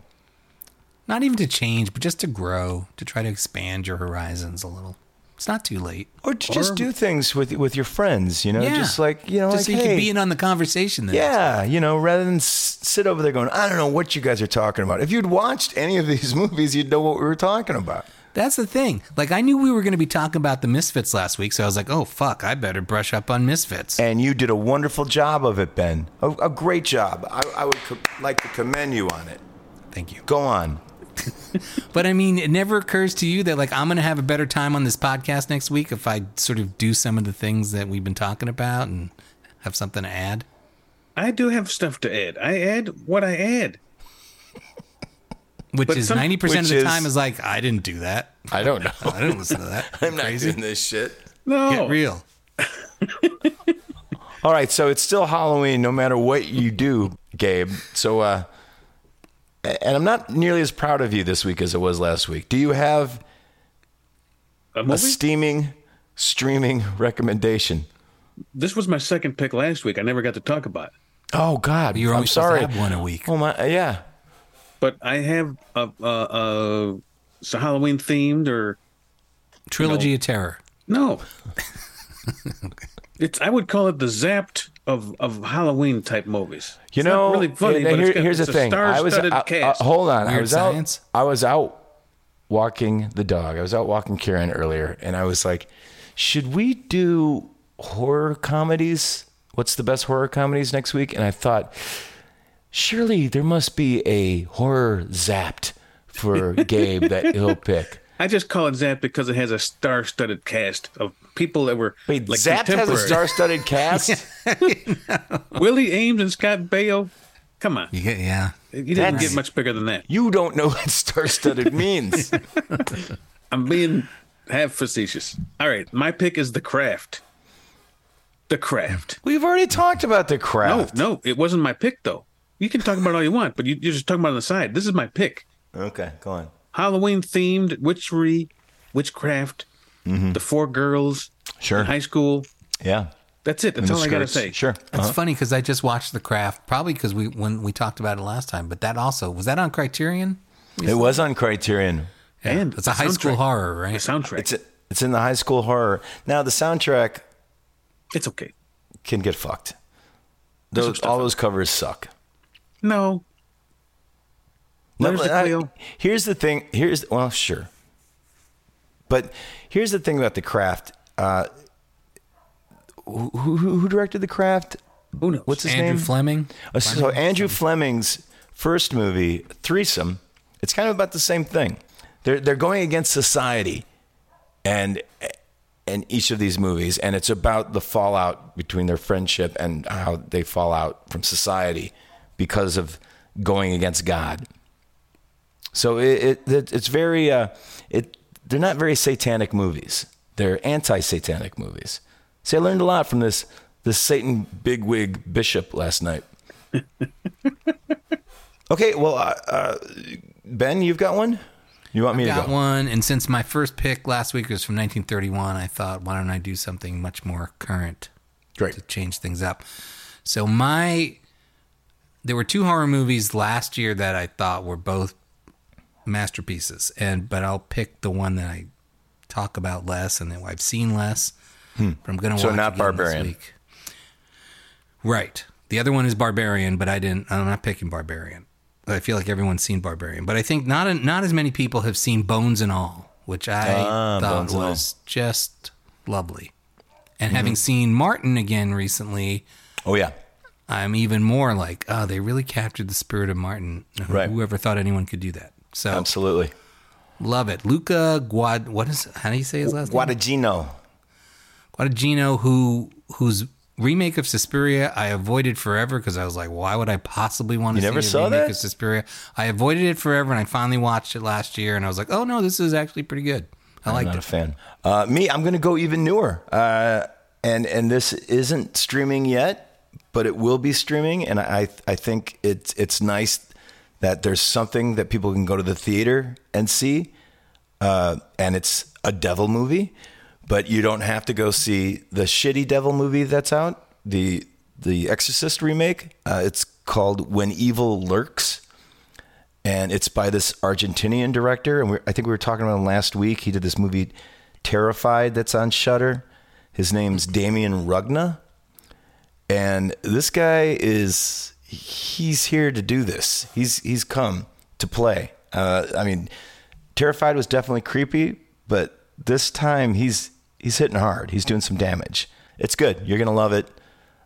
S6: not even to change, but just to grow, to try to expand your horizons a little. It's not too late.
S5: Or to just do things with with your friends, you know, just like you know,
S6: just
S5: like,
S6: so you
S5: hey,
S6: can be in on the conversation. The next-
S5: Yeah, you know, rather than s- sit over there going, I don't know what you guys are talking about. If you'd watched any of these movies, you'd know what we were talking about.
S6: that's the thing. Like I knew we were going to be talking about the Misfits last week, so I was like, oh fuck, I better brush up on Misfits.
S5: And you did a wonderful job of it, Ben. A, a great job. I, I would co- like to commend you on it.
S6: Thank you.
S5: Go on.
S6: But I mean, it never occurs to you that like I'm going to have a better time on this podcast next week if I sort of do some of the things that we've been talking about and have something to add.
S7: I do have stuff to add. I add what I add.
S6: Which
S7: But
S6: is
S7: some-
S6: ninety percent of
S5: which
S6: the
S5: is-
S6: time is like I didn't do that.
S5: I don't know.
S6: I didn't listen to that.
S5: I'm not
S6: crazy.
S5: doing this shit.
S7: No.
S6: Get real.
S5: All right, so it's still Halloween no matter what you do, Gabe. So, uh, a- and I'm not nearly as proud of you this week as I was last week. Do you have
S7: A
S5: a
S7: movie?
S5: steaming, streaming recommendation?
S7: this was my second pick last week. I never got to talk about it.
S5: Oh God,
S6: You're
S5: I'm
S6: only supposed to
S5: sorry.
S6: have one a week.
S5: Oh my, yeah.
S7: But I have a, a, a, it's a Halloween themed or
S6: Trilogy of Terror.
S7: no. It's I would call it the zapped of, of Halloween type movies.
S5: You
S7: It's not
S5: know,
S7: really funny,
S5: yeah,
S7: but
S5: here-
S7: it's got,
S5: here's
S7: it's
S5: the
S7: a
S5: thing. I was
S7: star-studded
S5: out-
S7: cast.
S5: uh, hold on. I
S6: Weird
S5: was
S6: science.
S5: out. I was out walking the dog. I was out walking Karen earlier, and I was like, "Should we do horror comedies? What's the best horror comedies next week?" And I thought, surely there must be a horror zapped for Gabe that he'll pick.
S7: I just call it zapped because it has a star-studded cast of people that were
S5: Wait,
S7: like
S5: Zapped has a
S7: contemporary.
S5: star-studded cast.
S7: Willie Ames and Scott Baio. Come on,
S6: You get yeah.
S7: you didn't
S5: That's-
S7: get much bigger than that.
S5: You don't know what star-studded means.
S7: I'm being half facetious. All right, my pick is The Craft. The Craft.
S5: We've already talked about the
S7: No,
S5: craft.
S7: no, it wasn't my pick though. You can talk about all you want, but you, you're just talking about it on the side. This is my pick.
S5: Okay, go on.
S7: Halloween themed witchery, witchcraft, the four girls,
S5: Mm-hmm. Sure.
S7: in high school.
S5: Yeah.
S7: That's it. That's all I gotta say.
S5: Sure. Uh-huh.
S6: It's funny because I just watched The Craft, probably because we when we talked about it last time. But that also was that on Criterion.
S5: It was on Criterion.
S7: And
S6: It's a
S7: the
S6: high school
S7: soundtrack.
S6: horror,
S7: The
S6: right?
S7: soundtrack.
S5: It's
S7: It's,
S5: it's in the high school horror. Now the soundtrack
S7: okay.
S5: can get fucked. Those, all those covers suck.
S7: No, There's
S5: Let-
S7: the
S5: I-
S7: Cleo.
S5: here's the thing. Here's well, sure. But here's the thing about the craft. Uh, who, who, who directed the craft?
S7: who knows?
S5: What's his
S6: Andrew
S5: name?
S6: Fleming.
S5: Uh, So Andrew Fleming's first movie, Threesome, it's kind of about the same thing. They're they're going against society, and in each of these movies, and it's about the fallout between their friendship and how they fall out from society because of going against God. So it, it, it it's very uh, it they're not very satanic movies. They're anti-satanic movies. See, I learned a lot from this this Satan bigwig bishop last night. okay, well, uh, uh, Ben, you've got one. You want me to
S6: got
S5: go?
S6: one, and since my first pick last week was from 1931, I thought, why don't I do something much more current
S5: Great.
S6: to change things up? So my there were two horror movies last year that I thought were both masterpieces, and but I'll pick the one that I talk about less and that I've seen less. But I'm gonna
S5: Hmm. So
S6: watch
S5: not
S6: again this
S5: Barbarian.
S6: week. Right. The other one is Barbarian, but I didn't. I'm not picking Barbarian. I feel like everyone's seen Barbarian, but I think not not as many people have seen Bones and All, which I
S5: Ah,
S6: thought
S5: Bones and All. Mm-hmm.
S6: was just lovely. And having seen Martin again recently,
S5: Oh yeah,
S6: I'm even more like, oh, they really captured the spirit of Martin. Who-
S5: Right.
S6: Whoever thought anyone could do that? So
S5: absolutely.
S6: love it. Luca Guad, what is how do you say his last name?
S5: Guadagnino.
S6: Guadagnino, who whose remake of Suspiria I avoided forever because I was like, why would I possibly want
S5: You
S6: to see
S5: never
S6: a
S5: saw
S6: remake
S5: that?
S6: of Suspiria? I avoided it forever, and I finally watched it last year, and I was like, oh no, this is actually pretty good. I
S5: I'm
S6: liked
S5: not a
S6: it.
S5: fan. Uh, me, I'm going to go even newer. Uh, and and this isn't streaming yet, but it will be streaming. And I I think it's it's nice that there's something that people can go to the theater and see. Uh, and it's a devil movie, but you don't have to go see the shitty devil movie that's out. The the Exorcist remake. Uh, it's called When Evil Lurks and it's by this Argentinian director. And we, I think we were talking about him last week. He did this movie, Terrified, that's on Shutter. His name's Damien Rugna, and this guy is he's here to do this. He's he's come to play. Uh, I mean, Terrified was definitely creepy, but this time he's he's hitting hard. He's doing some damage. It's good. You're gonna love it.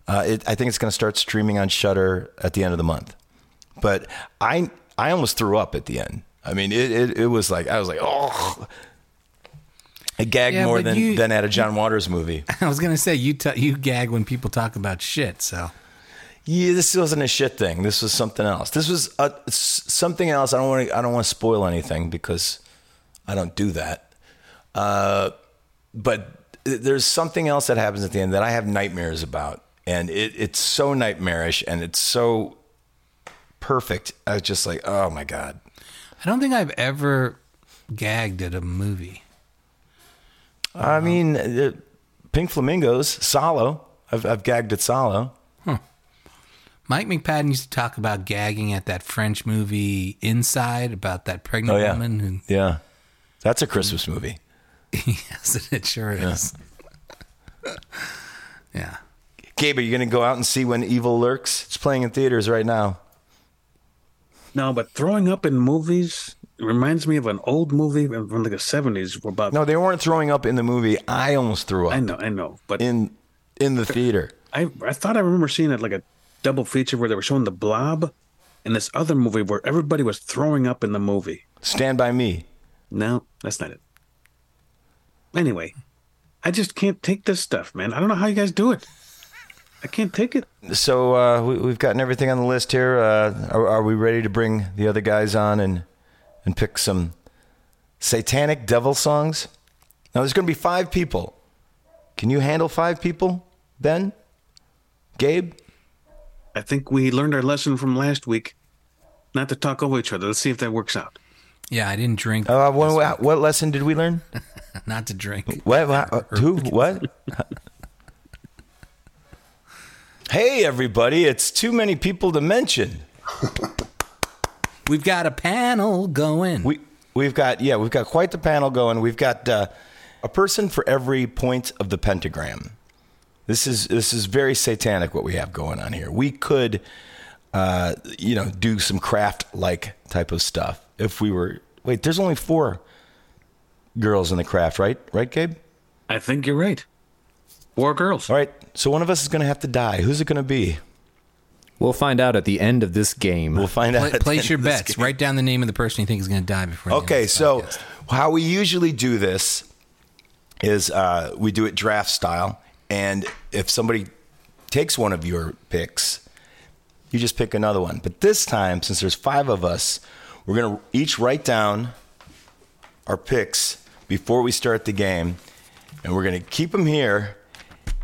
S5: Uh, it I think it's gonna start streaming on Shutter at the end of the month but I I almost threw up at the end. I mean, it it, it was like I was like, oh, I gagged
S6: Yeah,
S5: more
S6: but
S5: than
S6: you-
S5: than at a John Waters movie.
S6: I was gonna say you t- you gag when people talk about shit, so
S5: yeah, this wasn't a shit thing. This was something else. This was a, s- something else. I don't want to I don't want to spoil anything because I don't do that. Uh, but th- there's something else that happens at the end that I have nightmares about, and it, it's so nightmarish and it's so perfect. I was just like, oh my god.
S6: I don't think I've ever gagged at a movie.
S5: I mean, the Pink Flamingos, Solo. I've, I've gagged at Solo.
S6: Mike McPadden used to talk about gagging at that French movie Inside about that pregnant woman who
S5: Oh, yeah. That's a Christmas movie.
S6: yes, it sure is. yeah.
S5: Gabe, are you going to go out and see When Evil Lurks? It's playing in theaters right now.
S7: No, but throwing up in movies reminds me of an old movie from like the seventies. About
S5: No, they weren't throwing up in the movie. I almost threw up
S7: I know, I know, but
S5: in in the theater.
S7: I I thought I remember seeing it like a double feature where they were showing the Blob, and this other movie where everybody was throwing up in the movie.
S5: Stand by me.
S7: No, that's not it. Anyway, I just can't take this stuff, man. I don't know how you guys do it. I can't take it.
S5: So uh, we, we've gotten everything on the list here. Uh, are, are we ready to bring the other guys on and and pick some satanic devil songs? Now there's going to be five people. Can you handle five people, Ben? Gabe?
S7: I think we learned our lesson from last week, not to talk over each other. Let's see if that works out.
S6: Yeah, I didn't drink.
S5: Uh, what, what lesson did we learn?
S6: not to drink.
S5: What? what uh, who? What? hey, everybody! It's too many people to mention.
S6: We've got a panel going.
S5: We we've got yeah, we've got quite the panel going. We've got uh, a person for every point of the pentagram. This is this is very satanic what we have going on here. We could uh, you know, do some craft like type of stuff if we were Wait, there's only 4 girls in the craft, right? Right, Gabe?
S7: I think you're right. War girls.
S5: All right. So one of us is going to have to die. Who's it going to be?
S8: We'll find out at the end of this game.
S5: We'll find out.
S6: Pla-
S5: at the
S6: place
S5: end
S6: your
S5: of this
S6: bets.
S5: game.
S6: Write down the name of the person you think is going to die before. the end of
S5: Okay,
S6: this
S5: so
S6: podcast.
S5: how we usually do this is uh, we do it draft style, and if somebody takes one of your picks, you just pick another one. But this time, since there's five of us, We're gonna each write down our picks before we start the game, and we're gonna keep them here.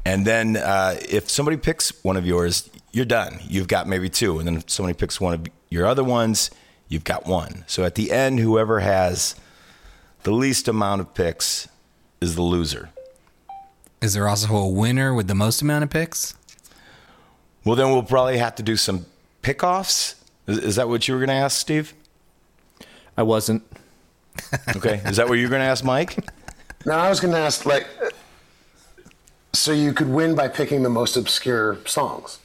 S5: And then uh, if somebody picks one of yours, you're done. You've got maybe two. And then if somebody picks one of your other ones, you've got one. So at the end, whoever has the least amount of picks is the loser.
S6: Is there also a winner with the most amount of picks?
S5: Well, then we'll probably have to do some pickoffs. Is, is that what you were going to ask, Steve?
S8: I wasn't.
S5: Okay. is that what you were going to ask, Mike?
S9: Now, I was going to ask, like, so you could win by picking the most obscure songs.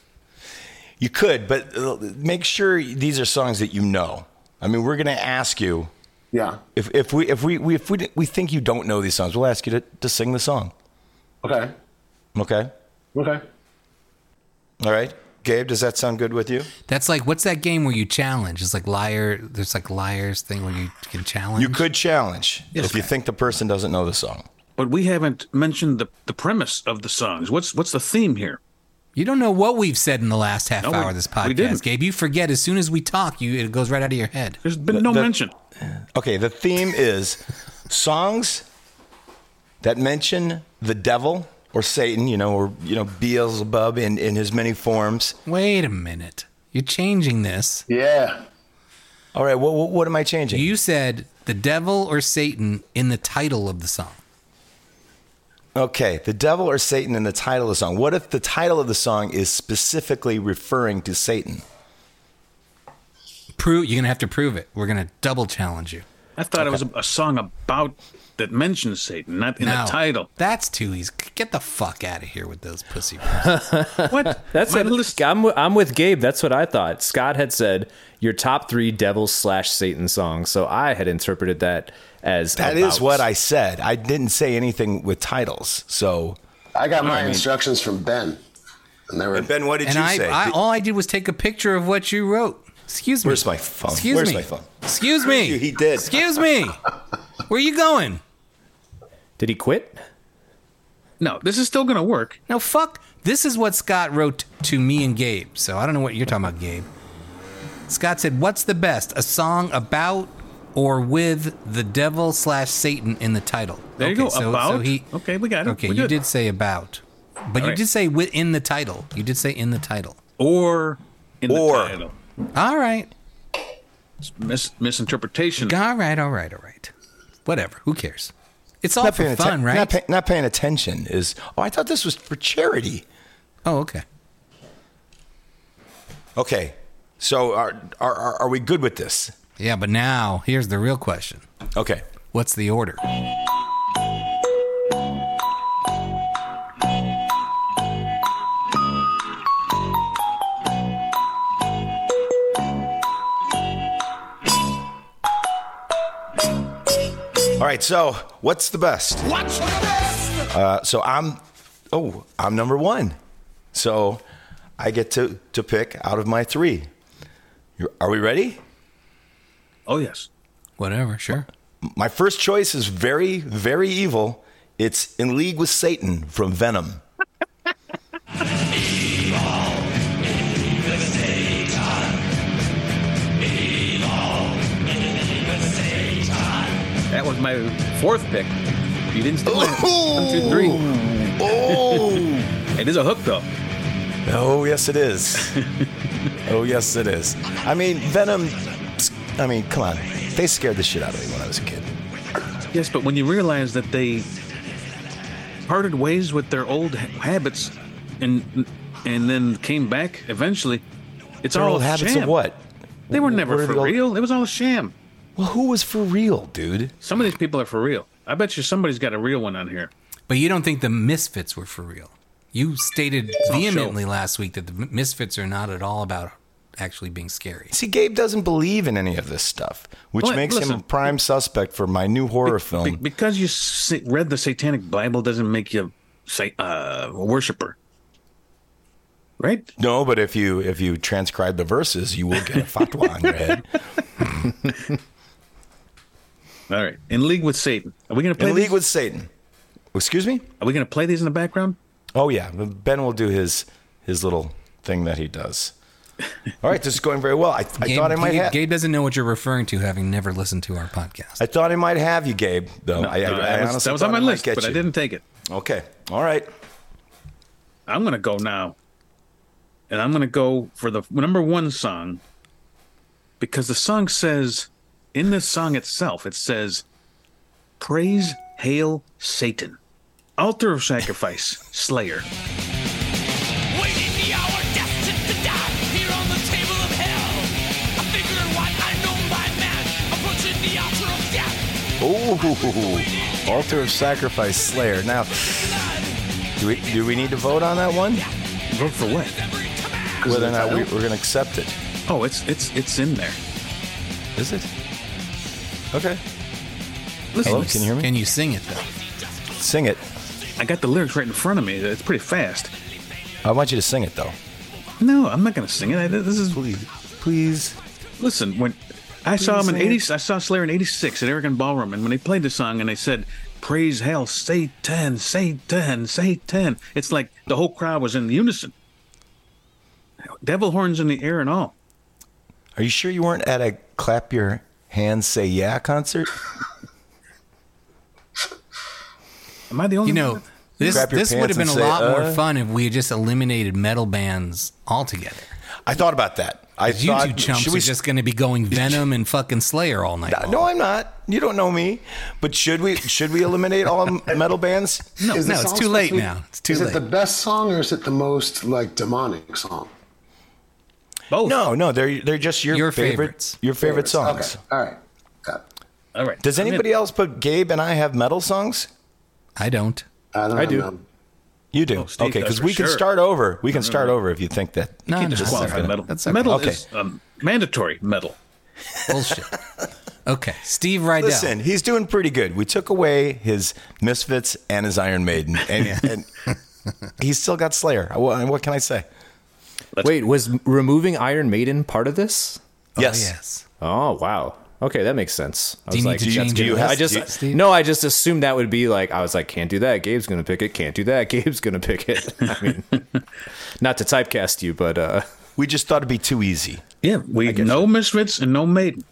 S5: You could, but uh, make sure these are songs that you know. I mean, we're going to ask you
S9: Yeah.
S5: if, if we if we, we if we, we think you don't know these songs, we'll ask you to, to sing the song.
S9: Okay.
S5: Okay.
S9: Okay.
S5: All right. Gabe, does that sound good with you?
S6: That's like what's that game where you challenge? It's like liar. There's like liars thing where you can challenge.
S5: You could challenge if you think the person doesn't know the song.
S7: But we haven't mentioned the, the premise of the songs. What's what's the theme here?
S6: You don't know what we've said in the last half
S7: No, we-
S6: hour of this
S7: we didn't.
S6: podcast, Gabe. You forget as soon as we talk, you it goes right out of your head.
S7: There's been no
S5: the-
S7: mention.
S5: Okay, the theme is songs that mention the devil or Satan, you know, or you know, Beelzebub in, in his many forms.
S6: Wait a minute. You're changing this.
S9: Yeah.
S5: All right, what what, what am I changing?
S6: You said the devil or Satan in the title of the song.
S5: okay, the devil or Satan in the title of the song. What if the title of the song is specifically referring to Satan?
S6: Prove you're gonna have to prove it. We're gonna double challenge you.
S7: I thought it was a, a song about that mentions Satan, not in
S6: No,
S7: the title.
S6: That's too easy. Get the fuck out of here with those pussy. rooms.
S7: What?
S8: That's
S7: My
S8: what,
S7: list-
S8: I'm, wi- I'm with Gabe. That's what I thought. Scott had said your top three devil slash Satan songs. So I had interpreted that as
S5: That is
S8: about-
S5: what I said. I didn't say anything with titles. So,
S9: I got my instructions from Ben. And they were
S5: Ben, what did
S6: and
S5: you
S6: I,
S5: say?
S6: I, all I did was take a picture of what you wrote. Excuse me.
S5: Where's my phone?
S6: Excuse
S5: Where's
S6: me.
S5: my phone?
S6: Excuse me.
S5: He did.
S6: Excuse me. Where you going?
S8: Did he quit?
S7: No, this is still going to work.
S6: No, fuck. This is what Scott wrote to me and Gabe. So I don't know what you're talking about, Gabe. Scott said, "What's the best? A song about or with the devil slash Satan in the title."
S7: There you go, about. Okay, we got it.
S6: Okay,
S7: We're
S6: you
S7: good.
S6: did say about, but you
S7: right.
S6: did say within the title. You did say in the title.
S7: Or in
S5: Or.
S7: the title.
S6: All right,
S7: It's mis- misinterpretation.
S6: all right, all right, all right. Whatever. Who cares? It's all for
S5: paying atten-
S6: fun, right?
S5: Not, pay- not paying attention is. Oh, I thought this was for charity.
S6: oh, okay.
S5: Okay, so are are are, are we good with this?
S6: Yeah, but now here's the real question.
S5: Okay,
S6: What's the order?
S5: all right. So what's the best? What's the best? Uh, so I'm. Oh, I'm number one. So I get to to pick out of my three. You're, are we ready?
S7: Oh, yes.
S6: Whatever. Sure.
S5: My first choice is very very evil. It's in league with Satan from Venom.
S7: That was my fourth pick. You didn't steal it. One, two, three. it is a hook, though.
S5: Oh yes, it is. oh yes, it is. I mean, Venom. I mean, come on. They scared the shit out of me when I was a kid.
S7: Yes, but when you realize that they parted ways with their old ha- habits and and then came back eventually, it's
S5: Their
S7: all
S5: old
S7: a
S5: habits
S7: sham.
S5: of what?
S7: They were never
S5: What are
S7: for
S5: the old-
S7: real. It was all a sham.
S5: Well, who was for real, dude?
S7: Some of these people are for real. I bet you somebody's got a real one on here.
S6: But you don't think the Misfits were for real? You stated vehemently last week that the M- Misfits are not at all about actually being scary.
S5: See, Gabe doesn't believe in any of this stuff, which
S7: Well,
S5: makes him
S7: listen.
S5: a prime suspect for my new horror
S7: Be-
S5: film.
S7: because you sa- read the Satanic Bible doesn't make you say uh, a worshiper, right?
S5: No, but if you if you transcribe the verses, you will get a fatwa on your head.
S7: All right. In league with Satan. Are we going to play?
S5: In
S7: These?
S5: league with Satan. Oh, Excuse me?
S7: Are we going to play these in the background?
S5: Oh yeah, Ben will do his his little thing that he does. All right, this is going very well. I, I
S6: Gabe,
S5: thought I might
S6: Gabe,
S5: have.
S6: Gabe doesn't know what you're referring to, having never listened to our podcast.
S5: I thought I might have you, Gabe. Though I, I, I
S7: No, Uh, that was,
S5: honestly
S7: that was on
S5: thought
S7: my
S5: I might
S7: list,
S5: get
S7: but I
S5: you.
S7: didn't take it.
S5: Okay. All right.
S7: I'm gonna go now, and I'm gonna go for the number one song because the song says, in this song itself, it says, "Praise, hail Satan, altar of sacrifice, Slayer."
S10: Waiting the hour destined to die here on the table of hell. A figure in white, unknown by man, approaching the altar of death.
S5: Ooh, altar of sacrifice, Slayer. Now, do we do we need to vote on that one?
S7: Vote for what?
S5: Whether or not we, we're going to accept it?
S7: Oh, it's it's it's in there.
S5: Is it? Okay.
S7: Listen,
S5: Hello? Can you hear me?
S6: Can you sing it though?
S5: Sing it.
S7: I got the lyrics right in front of me. It's pretty fast.
S5: I want you to sing it though.
S7: No, I'm not gonna sing it. I, this is
S5: Please, please.
S7: Listen, when I saw him in eighty, I saw Slayer in '86 at Aragon Ballroom, and when they played the song and they said, "Praise hell, Satan, Satan, Satan," it's like the whole crowd was in unison, devil horns in the air and all.
S5: Are you sure you weren't at a clap your hands say yeah concert?
S7: Am I the only?
S6: You
S7: one?
S6: know, this
S5: Grab your
S6: this would have
S5: pants and
S6: been a
S5: say,
S6: lot more
S5: uh.
S6: fun if we had just eliminated metal bands altogether.
S5: I thought about that. I
S6: You
S5: thought
S6: two chumps
S5: should
S6: are
S5: we
S6: just going to be going Venom and fucking Slayer all night. long.
S5: No, I'm not. You don't know me. But should we should we eliminate all metal bands?
S9: No,
S6: no, it's too late now. It's too
S9: is
S6: late.
S9: it the best song or is it the most like demonic song?
S7: both.
S5: No, no, they're they're just your,
S6: Your
S5: favorite-
S6: favorites.
S5: Your favorite songs.
S9: Okay. All right. Got it.
S7: All right.
S5: Does
S7: I'm in.
S5: anybody else but Gabe and I have metal songs?
S6: I don't.
S9: I don't
S8: I
S9: know.
S8: do.
S9: man.
S5: You do.
S7: Oh, Steve
S5: okay, because
S7: does for
S5: we can
S7: sure.
S5: start over. We can start over if you think that.
S6: No,
S7: Can't
S6: no, that's all
S7: disqualify
S6: right.
S7: metal.
S6: That's all right.
S7: Metal
S5: Okay.
S7: is um, mandatory. Metal.
S6: bullshit. Okay, Steve Rydell.
S5: Listen, he's doing pretty good. We took away his Misfits and his Iron Maiden, and, and he's still got Slayer. What, what can I say?
S8: Wait, was removing Iron Maiden part of this?
S5: Oh, yes.
S6: yes.
S8: Oh wow. Okay, that makes sense. I
S6: Do you
S8: was
S6: need
S8: like,
S6: to change
S8: do you
S6: it?
S8: have, I
S5: Do you-
S8: just no. I just assumed that would be like I was like, can't do that. Gabe's gonna pick it. Can't do that. Gabe's gonna pick it. I mean, not to typecast you, but uh,
S5: We just thought it'd be too easy.
S7: Yeah, we no Misfits and no Maiden.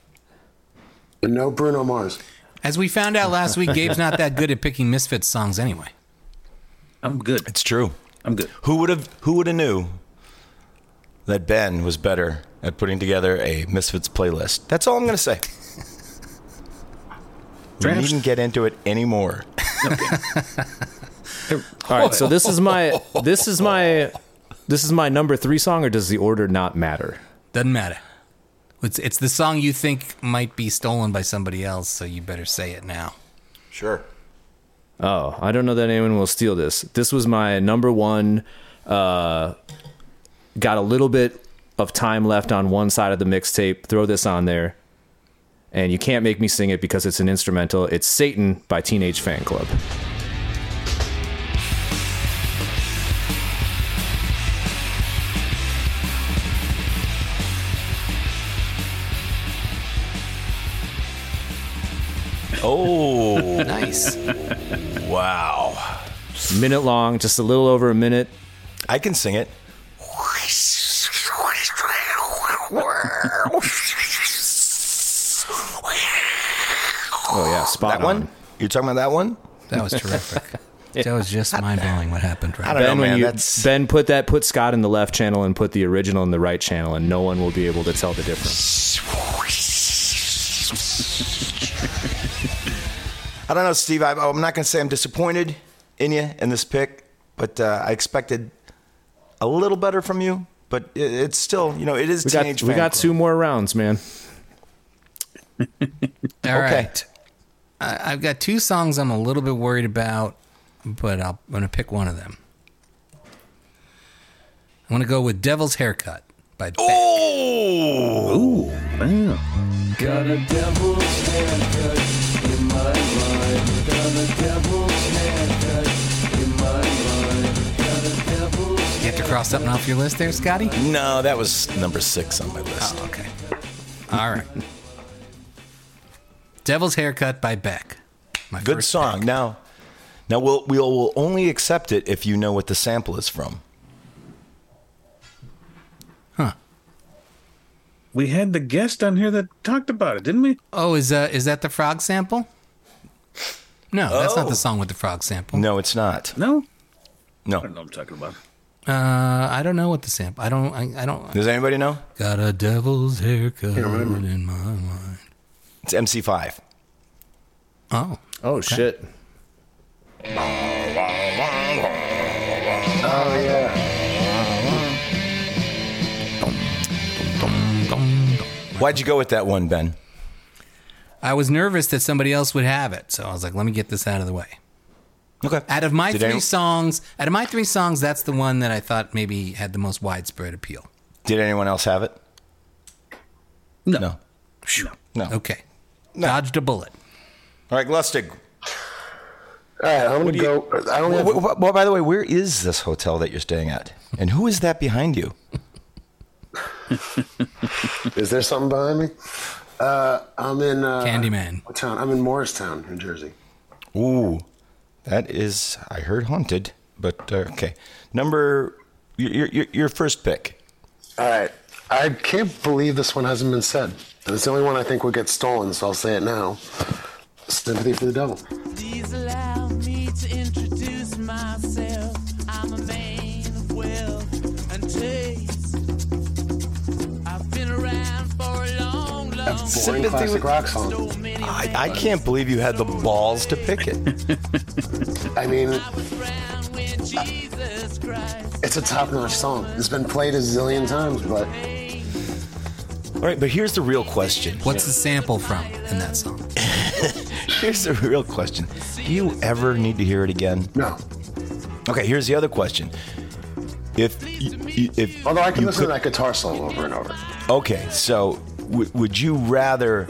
S9: And no Bruno Mars.
S6: As we found out last week, Gabe's not that good at picking Misfits songs anyway.
S7: I'm good.
S5: It's true.
S7: I'm good.
S5: Who would have Who would have knew that Ben was better at putting together a Misfits playlist? That's all I'm going to say. We
S7: Drafts.
S5: needn't get into it anymore.
S8: all right. So this is my this is my this is my number three song, or does the order not matter?
S6: Doesn't matter. It's, it's the song you think might be stolen by somebody else, so you better say it now.
S5: Sure.
S8: Oh, I don't know that anyone will steal this. This was my number one. Uh, got a little bit of time left on one side of the mixtape. Throw this on there. And you can't make me sing it because it's an instrumental. It's Satan by Teenage Fan Club.
S5: Oh,
S6: Nice.
S5: wow.
S8: Minute long, just a little over a minute.
S5: I can sing it.
S8: Oh yeah, spot
S5: That one?
S8: on.
S5: You're talking about that one?
S6: that was terrific. That was just mind blowing what happened right
S5: I don't
S8: Ben,
S5: know,
S8: when
S5: man.
S8: you
S5: that's
S8: Ben put that put Scott in the left channel and put the original in the right channel, and no one will be able to tell the difference.
S5: I don't know, Steve. I, I'm not going to say I'm disappointed in you in this pick, but uh, I expected a little better from you. But it, it's still, you know, it is
S8: We
S5: teenage.
S8: got we
S5: fan
S8: got
S5: club.
S8: two more rounds, man.
S6: All
S5: Okay.
S6: right. I, I've got two songs I'm a little bit worried about, but I'll, I'm going to pick one of them. I'm going to go with Devil's Haircut by Beck.
S7: Wow.
S6: You have to cross something off your list there, Scotty?
S5: No, that was number six on my
S8: Oh,
S5: list.
S6: Okay. All right. Devil's Haircut by Beck. My
S5: Good
S6: first
S5: song.
S6: pick.
S5: Now, now we'll, we'll we'll only accept it if you know what the sample is from. Huh?
S7: we had the guest on here that talked about it, didn't we?
S6: Oh, is uh, is that the frog sample? No, that's not
S5: Oh.
S6: the song with the frog sample.
S5: No, it's not.
S7: No, I
S5: No.
S7: don't know what I'm talking about.
S6: Uh, I don't know what the sample. I don't. I, I don't.
S5: Does anybody know?
S6: Got a devil's haircut in my mind.
S5: It's MC5.
S6: Oh,
S8: Oh shit.
S9: Oh, yeah.
S5: Why'd you go with that one, Ben?
S6: I was nervous that somebody else would have it, so I was like, let me get this out of the way.
S5: Okay.
S6: Out of my
S5: Did
S6: three
S5: any-
S6: songs, out of my three songs, that's the one that I thought maybe had the most widespread appeal.
S5: Did anyone else have it?
S7: No.
S5: No.
S7: No.
S5: No. All
S6: Okay, dodged a bullet.
S5: right, Lustig.
S9: All right, I'm going to
S5: do you-
S9: go. I only have
S5: Well, well, well, by the way, where is this hotel that you're staying at? And who is that behind you?
S9: Is there something behind me? Uh, I'm in uh,
S6: Candyman.
S9: What town? I'm in Morristown, New Jersey.
S5: Ooh, that is, I heard haunted, but uh, okay. Number, your, your, your first pick.
S9: All right. I can't believe this one hasn't been said, and it's the only one I think will get stolen, so I'll say it now. Sympathy for the Devil.
S10: Please allow me to introduce myself. I'm a man of wealth and taste. I've been around for a long, long
S9: Boring
S5: Sympathy
S9: classic
S5: with-
S9: rock song.
S5: I, I can't believe you had the balls to pick it.
S9: I mean,
S10: round when Jesus Christ
S9: it's a top-notch song. It's been played a zillion times, but
S5: All right, but here's the real question.
S6: What's the sample from in that song?
S5: Here's the real question. Do you ever need to hear it again?
S9: no.
S5: Okay, here's the other question. If, y- if
S9: Although I can
S5: you
S9: listen
S5: could-
S9: to that guitar solo over and over.
S5: Okay, so w- would you rather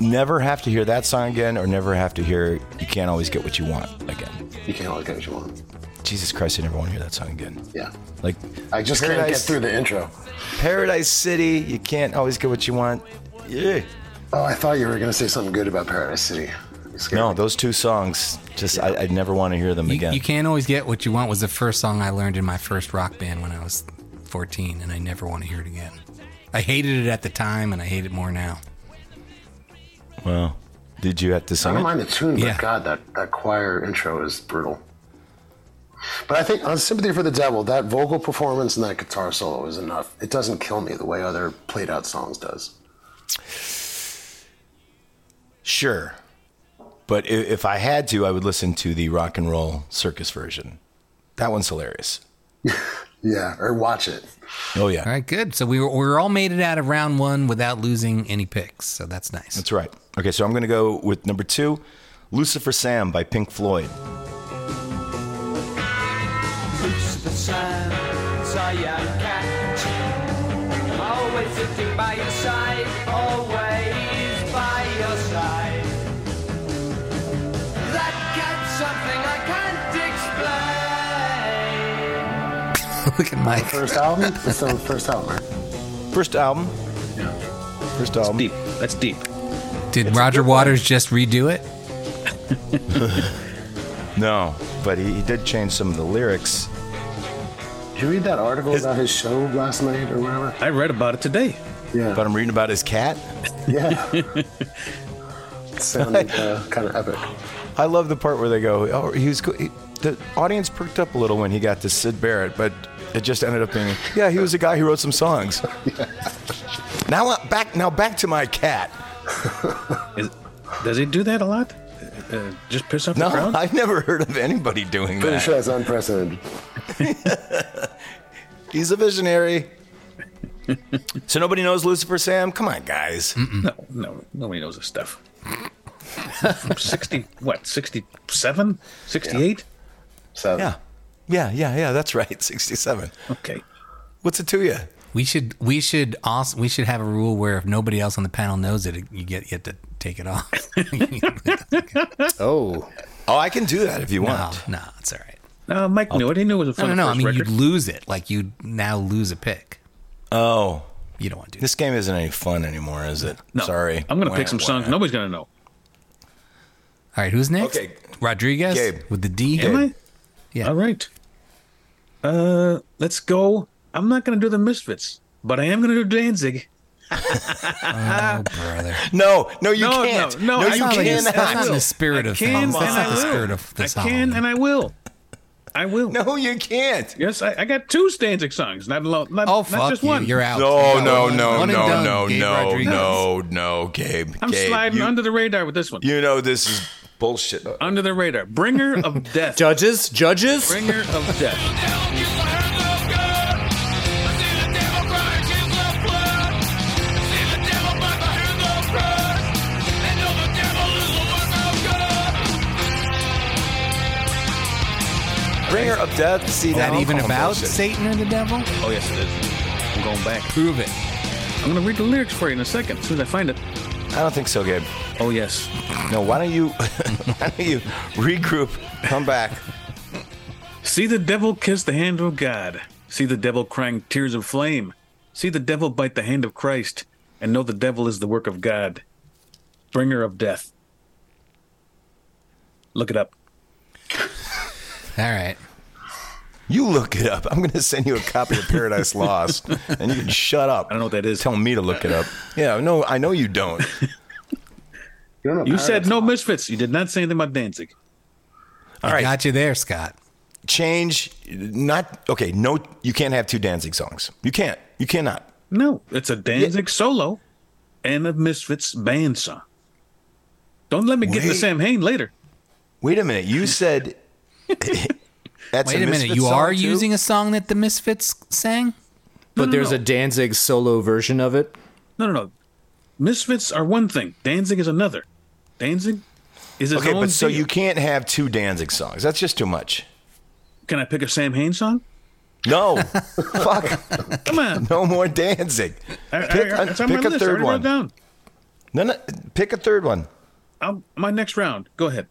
S5: never have to hear that song again or never have to hear You Can't Always Get What You Want again?
S9: You can't always get what you want.
S5: Jesus Christ, I never want to hear that song again.
S9: Yeah.
S5: Like,
S9: I just can't get
S5: Paradise-
S9: through the intro.
S5: Paradise City, you can't always get what you want. Yeah.
S9: Oh, I thought you were going to say something good about Paradise City. You scared
S5: No,
S9: me.
S5: those two songs, just, I, I'd never want to hear them
S6: You,
S5: again.
S6: you can't always get what you want was the first song I learned in my first rock band when I was 14, and I never want to hear it again. I hated it at the time, and I hate it more now.
S5: Well, did you have to
S9: I
S5: sing
S9: don't
S5: it?
S9: mind the tune, but
S6: Yeah.
S9: God, that, that choir intro is brutal. But I think on Sympathy for the Devil, that vocal performance and that guitar solo is enough. It doesn't kill me the way other played out songs does.
S5: Sure. But i- if I had to, I would listen to the rock and roll circus version. That one's hilarious.
S9: Yeah, or watch it.
S5: Oh, yeah.
S6: All right, good. So we were, we were all made it out of round one without losing any picks, so that's nice.
S5: That's right. Okay, so I'm going to go with number two Lucifer Sam by Pink Floyd.
S10: the sun, saw young cat. Always sitting by your side, always by your side. That cat's something I can't explain.
S6: Look at Mike.
S9: First album? That's the first album, right?
S5: First album. First album.
S7: Deep. That's deep.
S6: Did Roger Waters just redo it?
S5: No, but he, he did change some of the lyrics.
S9: Did you read that article about his show last night or whatever?
S7: I read about it today.
S5: But
S9: Yeah.
S5: I'm reading about his cat.
S9: Yeah. It sounded uh, kind of epic.
S5: I love the part where they go, oh, he was go- he, The audience perked up a little when he got to Sid Barrett, but it just ended up being, yeah, he was a guy who wrote some songs. now uh, back now back to my cat.
S7: Is, does he do that a lot? Uh, just piss off
S5: No,
S7: the crowd?
S5: I've never heard of anybody doing
S9: Pretty
S5: that.
S9: sure that's unprecedented.
S5: He's a visionary. so nobody knows Lucifer Sam? Come on, guys.
S7: No, no, nobody knows this stuff. From 60, what, 67? 68?
S9: So,
S5: Yeah. Yeah, yeah, yeah, that's right. 67.
S7: Okay.
S5: What's it to you?
S6: We should we should also we should have a rule where if nobody else on the panel knows it, you get you have to take it off.
S8: Oh.
S5: Oh, I can do that if you
S6: no,
S5: want.
S6: no, it's all right.
S7: No, Mike knew it. He knew it was
S6: No, no,
S7: from the
S6: no. I
S7: first
S6: mean,
S7: record.
S6: you'd lose it. Like you'd now lose a pick.
S5: Oh,
S6: You don't want to do that.
S5: this game isn't any fun anymore, is it?
S7: No,
S5: Sorry.
S7: I'm going to
S5: Wah,
S7: pick some
S5: wah.
S7: songs nobody's going to know.
S6: All right, who's next?
S5: Okay.
S6: Rodriguez
S5: Gabe.
S6: with the D.
S7: Am I?
S6: Yeah.
S7: All right. Uh, let's go. I'm not going to do the Misfits. but I am going to do Danzig.
S6: Oh, brother.
S5: No, no, you
S7: No, no,
S5: can't.
S7: no, I
S5: you
S6: Not
S7: can't.
S6: like it's-
S5: cannot.
S6: that's not
S7: I will.
S6: the spirit
S7: I
S6: of
S7: can
S6: things. That's
S7: and
S6: not
S7: I
S6: the
S7: will.
S6: spirit of
S7: I
S6: this
S7: can
S6: holiday.
S7: and I will. I will.
S5: No, you can't.
S7: Yes, I, I got two Danzig songs. Not alone. Not,
S6: Oh
S7: not
S6: fuck
S7: just
S6: you!
S7: one.
S6: You're out.
S5: No,
S6: You got
S5: no,
S6: one-
S5: no,
S6: one and
S5: no,
S6: done,
S5: no,
S6: Gabe
S5: no,
S6: Rodriguez.
S5: no, no, Gabe.
S7: I'm
S5: Gabe,
S7: sliding
S5: you,
S7: under the radar with this one.
S5: You know this is bullshit.
S7: Under the radar. Bringer of death.
S8: Judges, judges.
S7: Bringer of death.
S5: Bringer of death. See
S6: Is that
S5: now I'm
S6: even
S5: calling
S6: about
S5: bullshit.
S6: Satan or the devil?
S7: Oh yes, it is. I'm going back.
S6: Prove it.
S7: I'm going to read the lyrics for you in a second. As soon as I find it.
S5: I don't think so, Gabe.
S7: Oh yes.
S5: No, why don't you, why don't you regroup, come back?
S7: See the devil kiss the hand of God. See the devil crying tears of flame. See the devil bite the hand of Christ. And know the devil is the work of God. Bringer of death. Look it up.
S6: All right.
S5: You look it up. I'm going to send you a copy of Paradise Lost, and you can shut up. I
S7: don't know what that is.
S5: Tell me to look it up. Yeah, no, I know you don't.
S9: You, don't know
S7: You
S9: Paradise
S7: said no
S9: Lost.
S7: misfits. You did not say anything about Danzig.
S5: All right,
S6: Got you there, Scott.
S5: change. Not okay. No, you can't have two Danzig songs. You can't. You cannot.
S7: No, it's a Danzig solo and a Misfits band song. Don't let me get to
S5: Wait.
S7: Sam Hain later.
S5: Wait a minute. You said that's
S6: Wait a minute.
S5: Misfits
S6: You
S5: song,
S6: are
S5: too?
S6: using a song that the Misfits sang?
S8: But there's a Danzig solo version of it.
S7: No, no, no. Misfits are one thing. Danzig is another. Danzig is his
S5: Okay,
S7: own.
S5: but so
S7: deal.
S5: you can't have two Danzig songs. That's just too much.
S7: can I pick a Sam Hain song?
S5: No, fuck.
S7: Come on.
S5: No more Danzig.
S7: I- I-
S5: Pick,
S7: I- it's on my
S5: pick a
S7: list. I already
S5: third
S7: wrote it
S5: one.
S7: Down.
S5: No, no, pick a third one.
S7: I'll, my next round. Go ahead.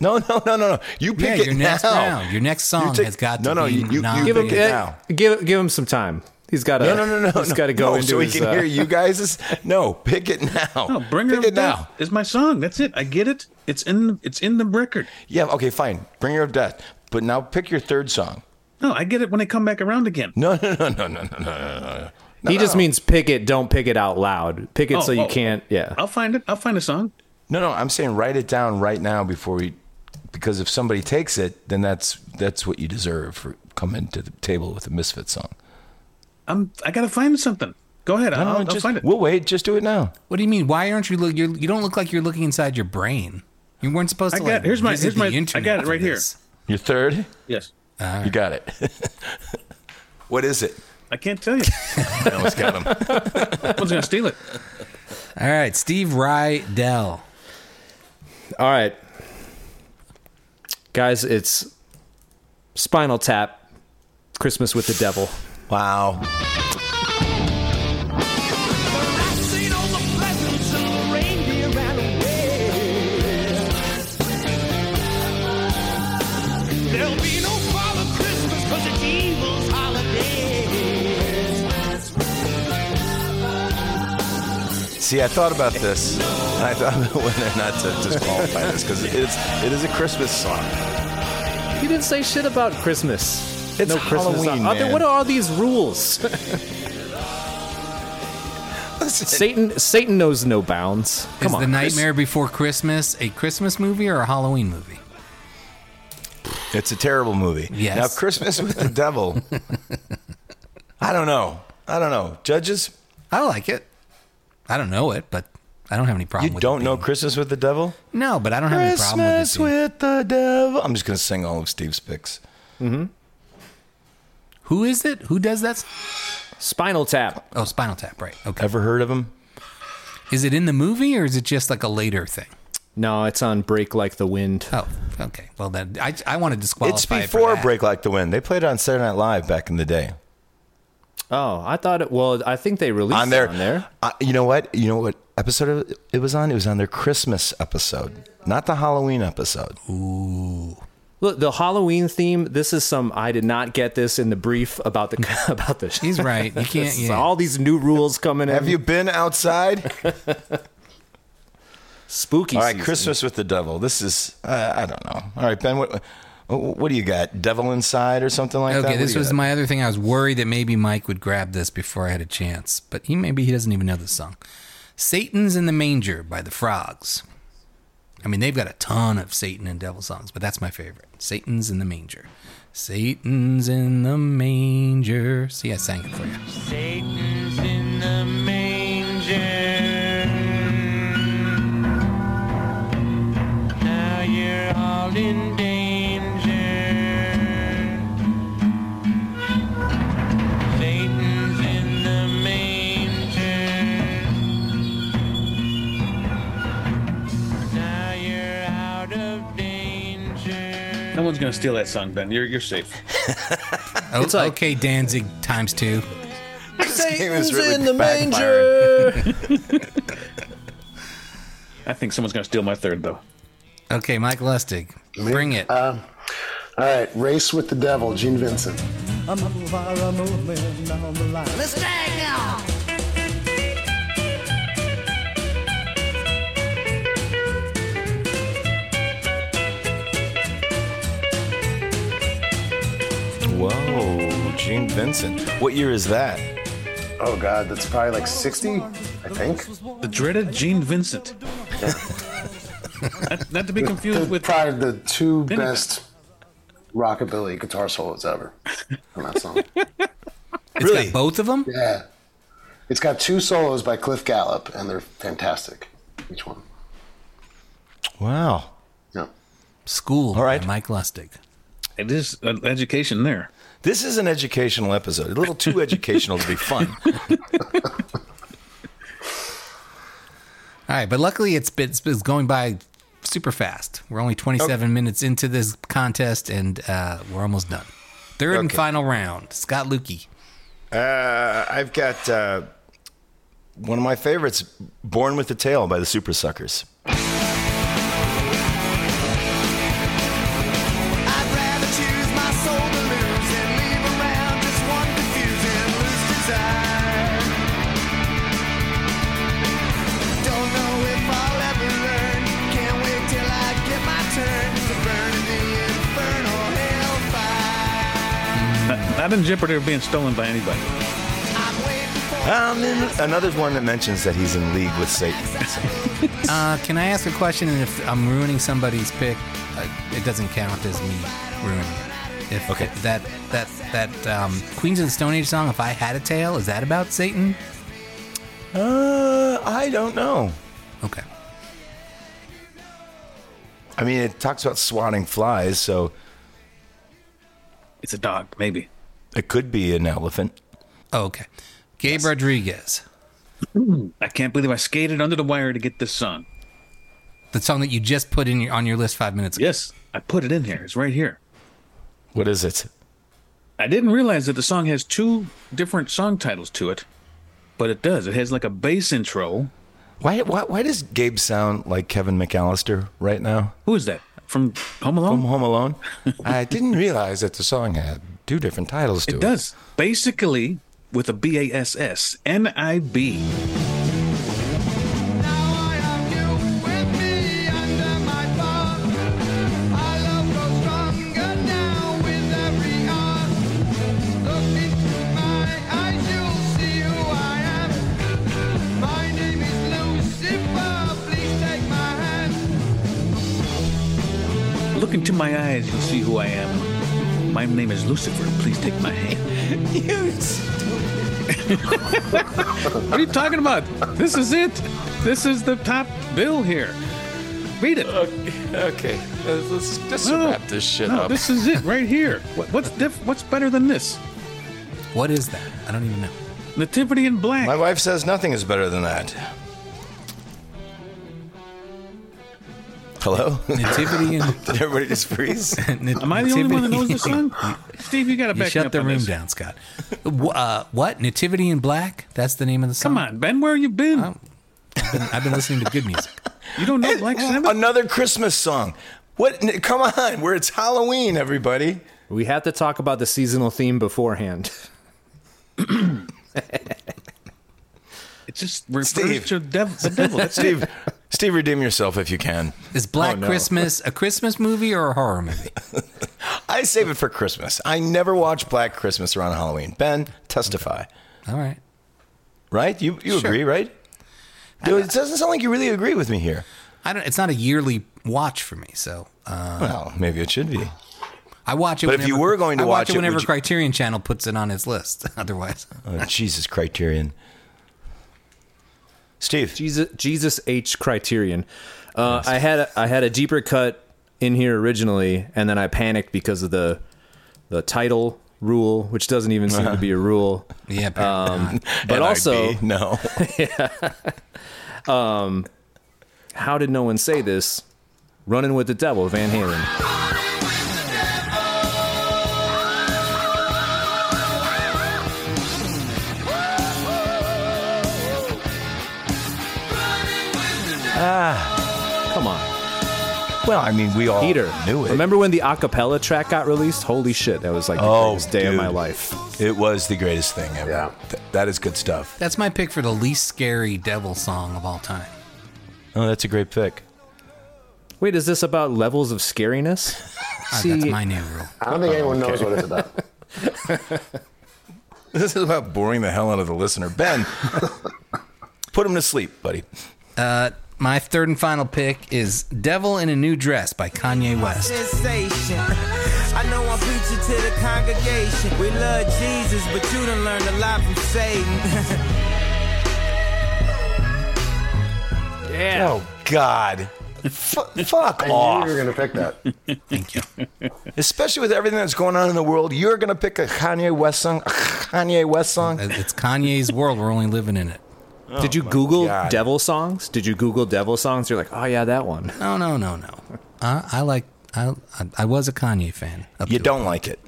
S5: No, no, no, no, no. You pick
S6: Yeah,
S5: it
S6: your next
S5: now.
S6: round. Your next
S5: You
S6: song
S5: take-
S6: has got to
S5: no, no,
S6: be
S5: you- you- you
S6: non-
S8: Give him,
S5: it now.
S8: eh, give give him some time. He's got to.
S5: No, no, no, no.
S8: He's
S5: no,
S8: got to go
S5: no,
S8: into
S5: so
S8: his.
S5: we can
S8: uh,
S5: hear you guys. No, pick it now.
S7: No, bring
S5: pick
S7: her
S5: it
S7: up
S5: now.
S7: Is my song. That's it. I get it. It's in. It's in the record.
S5: Yeah, okay, fine. Bringer of Death. But now pick your third song.
S7: No, I get it when I come back around again.
S5: No, no, no, no, no, no, no, no, no. no
S8: he just
S5: no.
S8: means pick it. Don't pick it out loud. Pick it
S7: Oh,
S8: so you
S7: oh,
S8: can't. Yeah.
S7: I'll find it. I'll find a song.
S5: No, no, I'm saying write it down right now before we because if somebody takes it, then that's that's what you deserve for coming to the table with a misfit song.
S7: I'm. I gotta find something. Go ahead.
S5: No,
S7: I'll,
S5: no,
S7: I'll
S5: just,
S7: find it.
S5: We'll wait. Just do it now.
S6: What do you mean? Why aren't you look? You're, you don't look like you're looking inside your brain. You weren't supposed
S7: I
S6: to.
S7: got-
S6: like,
S7: here's my-
S6: visit
S7: here's my-
S6: the
S7: I
S6: internet
S7: got it
S6: for
S7: right here.
S6: this.
S5: Your third?
S7: Yes.
S5: You got it. what is it?
S7: I can't tell you.
S5: I almost got him.
S7: Someone's gonna steal it.
S6: All right, Steve Rydell.
S8: All right, guys. It's Spinal Tap. Christmas with the Devil.
S5: Wow.
S10: There'll be no Father Christmas 'cause it's evil's holiday.
S5: See, I thought about this. And I thought about whether or not to disqualify this because it is it is a Christmas song.
S8: You didn't say shit about Christmas.
S5: It's
S8: no Christmas.
S5: Halloween,
S8: song. Are there-
S5: man.
S8: What are all these rules? Satan. Satan knows no bounds. Come
S6: Is
S8: on.
S6: the
S8: Chris.
S6: Nightmare Before Christmas a Christmas movie or a Halloween movie?
S5: It's a terrible movie.
S6: Yes.
S5: Now Christmas with the Devil. I don't know. I don't know. Judges,
S6: I like it. I don't know it, but I don't have any problem.
S5: you
S6: with
S5: don't
S6: it
S5: know
S6: being-
S5: Christmas with the Devil?
S6: No, but I don't have any problem with
S5: Christmas
S6: it. being-
S5: with the Devil. I'm just gonna sing all of Steve's picks.
S6: Who is it? Who does that?
S8: Spinal Tap.
S6: Oh, Spinal Tap. Right. Okay.
S5: Ever heard of him?
S6: Is it in the movie or is it just like a later thing?
S8: No, it's on Break Like the Wind.
S6: Oh, okay. Well, then I, I want to disqualify.
S5: it's
S6: it for
S5: before
S6: that.
S5: Break Like the Wind. They played it on Saturday Night Live back in the day.
S8: Oh, I thought it. Well, I think they released
S5: on their,
S8: it on there.
S5: Uh, you know what? You know what episode it- it was on? It was on their Christmas episode, not the Halloween episode.
S8: Look, the Halloween theme. This is some. I did not get this in the brief about the about the.
S6: He's right. You can't. yeah.
S8: All these new rules coming in.
S5: Have you been outside?
S8: spooky?
S5: All right,
S8: season.
S5: Christmas with the Devil. This is uh, I don't know. All right, Ben, what Wh- What do you got? Devil Inside or something like that?
S6: Okay,
S5: What
S6: this
S5: do you
S6: was
S5: got?
S6: my other thing. I was worried that maybe Mike would grab this before I had a chance, but he maybe he doesn't even know this song. Satan's in the Manger by the Frogs. I mean, they've got a ton of Satan and Devil songs, but that's my favorite. Satan's in the Manger. Satan's in the Manger. See, I sang it for you.
S10: Satan's in the manger. Now you're all in danger. Satan's in the manger. Now you're out of danger.
S7: No one's gonna steal that song, Ben. You're you're safe.
S6: Oh, okay, Danzig times two.
S5: This game is really
S8: in the
S5: backfiring.
S8: manger.
S7: I think someone's gonna steal my third though.
S6: Okay, Mike Lustig, bring it.
S9: All right, Race with the Devil, Gene Vincent.
S10: A move or a movement on the line. Let's drag now.
S5: Whoa, Gene Vincent. What year is that?
S9: Oh God, that's probably like 60, I think.
S7: The dreaded Gene Vincent. not, not to be confused with
S9: probably the two best rockabilly guitar solos ever on that song.
S6: It's got both of them.
S9: yeah, it's got two solos by Cliff Gallup, and they're fantastic. Each one.
S5: Wow.
S9: Yeah.
S6: School.
S5: All right.
S6: by Mike Lustig.
S7: it is uh, education there.
S5: This is an educational episode. A little too educational to be fun.
S6: All right, but luckily it's been it's going by super fast. We're only 27 minutes into this contest, and uh, we're almost done. Third and
S5: Okay.
S6: final round. Scott Lukey.
S5: Uh, I've got uh, one of my favorites, "Born with the Tail" by the Super Suckers.
S10: I'd rather choose my soul to lose and leave around just one confusing loose desire. Don't know if I'll ever learn. Can't wait till I get my turn to burn in the infernal hellfire.
S7: Not, not in jeopardy of being stolen by anybody.
S10: I'm waiting for.
S5: Um, and another one that mentions that he's in league with Satan.
S6: Uh, can I ask a question? And if I'm ruining somebody's pick, uh, it doesn't count as me ruining it. If
S5: Okay.
S6: that that that um, Queens of the Stone Age song, "If I Had a Tail," is that about Satan?
S5: Uh, I don't know.
S6: Okay.
S5: I mean, it talks about swatting flies, so
S7: It's a dog, maybe.
S5: it could be an elephant.
S6: Oh, okay. Gabe Rodriguez,
S7: I can't believe I skated under the wire to get this song.
S6: the song that you just put in your on your list five minutes ago.
S7: Yes, I put it in here. It's right here.
S5: What is it?
S7: I didn't realize that the song has two different song titles to it, but it does. It has like a bass intro.
S5: Why, why, why does Gabe sound like Kevin McAllister right now
S7: Who is that? From Home Alone?
S5: from Home Alone? I didn't realize that the song had two different titles to it.
S7: It does. Basically, with a B A S S N I B.
S10: Now I have you with me under my thumb. Our love grows stronger now with every hour. Look into my eyes, you'll see who I am. My name is Lucifer. Please take my hand.
S7: Look into my eyes, you'll see who I am. My name is Lucifer. Please take my hand. what are you talking about? This is it. This is the top bill here. Read it.
S11: Okay, let's, let's just
S7: No, no,
S11: wrap this shit
S7: no,
S11: up.
S7: This is it right here. What, what's diff- What's better than this?
S6: What is that? I don't even know.
S7: Nativity in Black.
S5: My wife says nothing is better than that. Hello?
S6: Nativity and
S5: Did everybody just freeze?
S7: Am I the only one that knows this song? Steve, you got to
S6: You
S7: back me
S6: shut
S7: up
S6: the
S7: on
S6: room
S7: this.
S6: down, Scott. Wh- Uh, what? Nativity in Black? That's the name of the song.
S7: Come on, Ben. Where you been?
S6: I've been listening to good music.
S7: You don't know Black Sabbath?
S5: Another Christmas song. What? n- Come on, where it's Halloween, everybody.
S8: We have to talk about the seasonal theme beforehand.
S7: It just refers
S5: Steve.
S7: to dev- the devil. That's it.
S5: Steve, Steve, redeem yourself if you can.
S6: Is Black
S5: Oh, no.
S6: Christmas a Christmas movie or a horror movie?
S5: I save it for Christmas. I never watch Black Christmas around Halloween. Ben, testify.
S6: All right.
S5: Right? You you
S6: Sure.
S5: agree, right? Dude, it doesn't sound like you really agree with me here.
S6: I don't. It's not a yearly watch for me, so uh,
S5: Well, maybe it should be.
S6: I watch it.
S5: But if
S6: whenever,
S5: you were going to
S6: I
S5: watch
S6: watch
S5: it,
S6: it whenever
S5: would you-
S6: Criterion Channel puts it on its list. Otherwise,
S5: Oh, Jesus, Criterion. Steve,
S8: Jesus, Jesus H Criterion. Uh, I had a, I had a deeper cut in here originally, and then I panicked because of the the title rule, which doesn't even seem to be a rule.
S5: Um,
S6: yeah. apparently not.
S8: But
S5: NIB,
S8: also,
S5: no.
S8: how did no one say this? Running with the Devil, Van Halen. Ah, come on,
S5: well, I mean, we all
S8: Peter.
S5: knew it.
S8: Remember when the acapella track got released? Holy shit, that was like the
S5: Oh,
S8: greatest day of my
S5: dude.
S8: life.
S5: It was the greatest thing ever.
S9: Yeah.
S5: Th- that is good stuff.
S6: That's my pick for the least scary devil song of all time.
S5: Oh, that's a great pick.
S8: Wait, is this about levels of scariness?
S6: Ah, that's
S8: See-
S6: my new rule.
S9: I don't think
S5: Oh,
S9: anyone knows what it's about.
S5: This is about boring the hell out of the listener. Ben, put him to sleep, buddy.
S6: My third and final pick is "Devil in a New Dress" by Kanye West.
S10: sensation. I know I'm preaching to the congregation. We love Jesus, but you done learned a lot from Satan.
S5: Oh, God. F- fuck
S9: I knew you
S5: off.
S9: were going to pick that.
S5: Especially with everything that's going on in the world, you're going to pick a Kanye West song. A Kanye West song?
S6: It's Kanye's world. We're only living in it.
S8: Did you Google
S5: God.
S8: devil songs? Did you Google devil songs? You're like, oh yeah, that one.
S6: No, no, no, no. Uh, I like. I, I I was a Kanye fan. up
S5: You
S6: to-
S5: don't like it.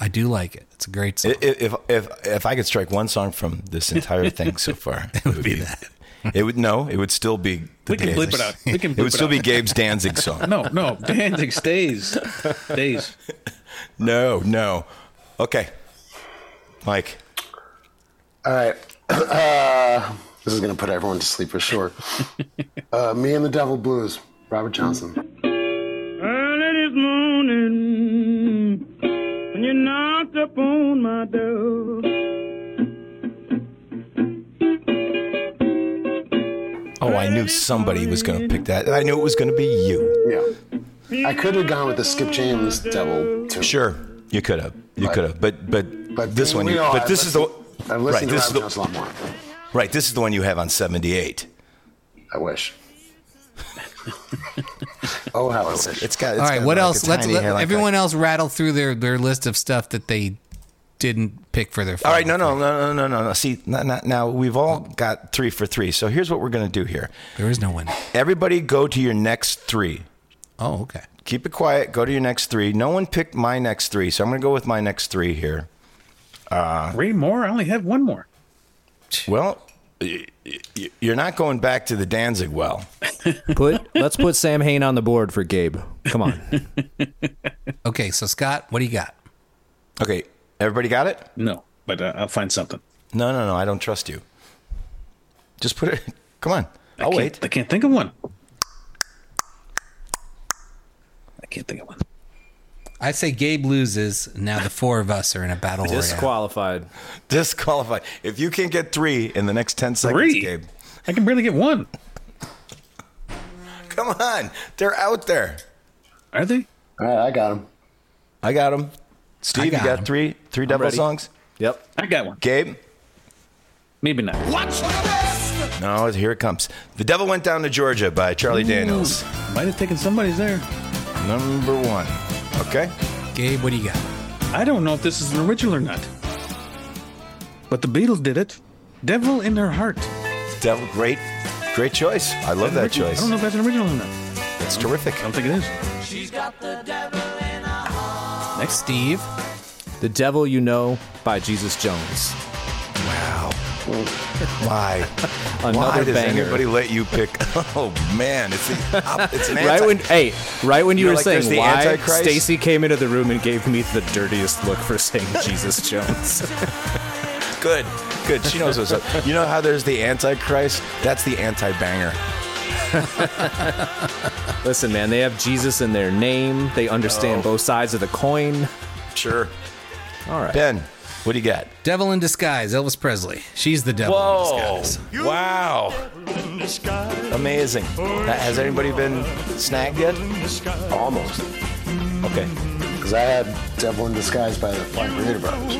S6: I do like it. It's a great song.
S5: I- i- If, if, if I could strike one song from this entire thing so far, it would be that. It would no. It would still be. The
S7: We can
S5: Danzig-
S7: bleep it out. We can
S5: It would
S7: bleep it
S5: still
S7: out.
S5: be Gabe's Danzig song.
S7: No, no, Danzig stays, stays.
S5: No, no. Okay. Mike.
S9: All right. Uh, this is going to put everyone to sleep for sure. Uh, Me and the Devil Blues, Robert Johnson.
S10: Early this morning, when you knocked upon my door.
S5: Oh, I knew somebody was going to pick that. I knew it was going to be you.
S9: Yeah. I could have gone with the Skip James Devil too.
S5: Sure, you could have. You
S9: Right.
S5: could have. But but
S9: But
S5: this
S9: we
S5: one. You,
S9: know
S5: but
S9: I've
S5: this is the
S9: listened- I've
S5: right.
S9: listened
S5: This is
S9: to Robert Johnson
S5: the
S9: a lot more.
S5: right. This is the one you have on seventy eight.
S9: I wish. oh, how I wish.
S5: It's got.
S6: All right, what else? Let's let everyone else rattle through their their list of stuff that they didn't pick for their.
S5: All right, no, no, no, no, no, no, no. See, not, not, now we've all got three for three. So here's what we're going to do here.
S6: There is no win.
S5: Everybody, go to your next three.
S6: Oh, okay.
S5: keep it quiet. Go to your next three. No one picked my next three, so I'm going to go with my next three here.
S7: Three more. I only have one more.
S5: Well, y- y- you're not going back to the Danzig well.
S8: Put let's put Sam Hain on the board for Gabe. Come on.
S6: Okay, so Scott, what do you got?
S5: Okay, everybody got it?
S7: No, but uh, I'll find something.
S5: No, no, no. I don't trust you. Just put it. Come on.
S7: I
S5: I'll
S7: can't-
S5: wait.
S7: I can't think of one. I can't think of one.
S6: I say Gabe loses. Now the four of us are in a battle royale.
S8: Disqualified.
S5: Disqualified. If you can't get three in the next ten seconds,
S7: Three.
S5: Gabe.
S7: I can barely get one.
S5: Come on. They're out there.
S7: Are they?
S9: All right, I got him.
S5: I got them. Steve,
S6: got
S5: you got
S6: 'em.
S5: three, three devil
S8: ready.
S5: songs.
S8: Yep.
S7: I got one.
S5: Gabe.
S7: Maybe not.
S5: No, here it comes. The Devil Went Down to Georgia by Charlie Daniels.
S7: Might have taken somebody's there.
S5: Number one. Okay.
S6: Gabe, what do you got?
S7: I don't know if this is an original or not. But the Beatles did it. Devil in Their Heart.
S5: Devil, great, great choice. I love that
S7: Original. I
S5: choice.
S7: don't know if that's an original or not.
S5: It's terrific.
S7: I don't think it is.
S6: Next, Steve.
S8: The Devil You Know by Jesus Jones.
S5: Wow. Why? Why
S8: Another
S5: does
S8: banger.
S5: anybody let you pick? Oh man, it's the, op- it's an
S8: Right
S5: anti-
S8: when hey, right when you,
S5: You know,
S8: were
S5: like, there's
S8: saying
S5: the
S8: why
S5: Antichrist?
S8: Stacy came into the room and gave me the dirtiest look for saying Jesus Jones.
S5: good, good. She knows what's up. You know how there's the antichrist? That's the anti-banger.
S8: Listen, man, they have Jesus in their name. They understand
S5: Oh.
S8: both sides of the coin.
S5: Sure.
S8: All right.
S5: Ben, what do you got?
S6: Devil in disguise, Elvis Presley. She's the devil in
S5: Whoa.
S6: disguise.
S5: Wow. Amazing. That- has anybody been snagged yet?
S9: Almost.
S5: Okay.
S9: Because I had Devil in Disguise by the Flying Burrito Brothers.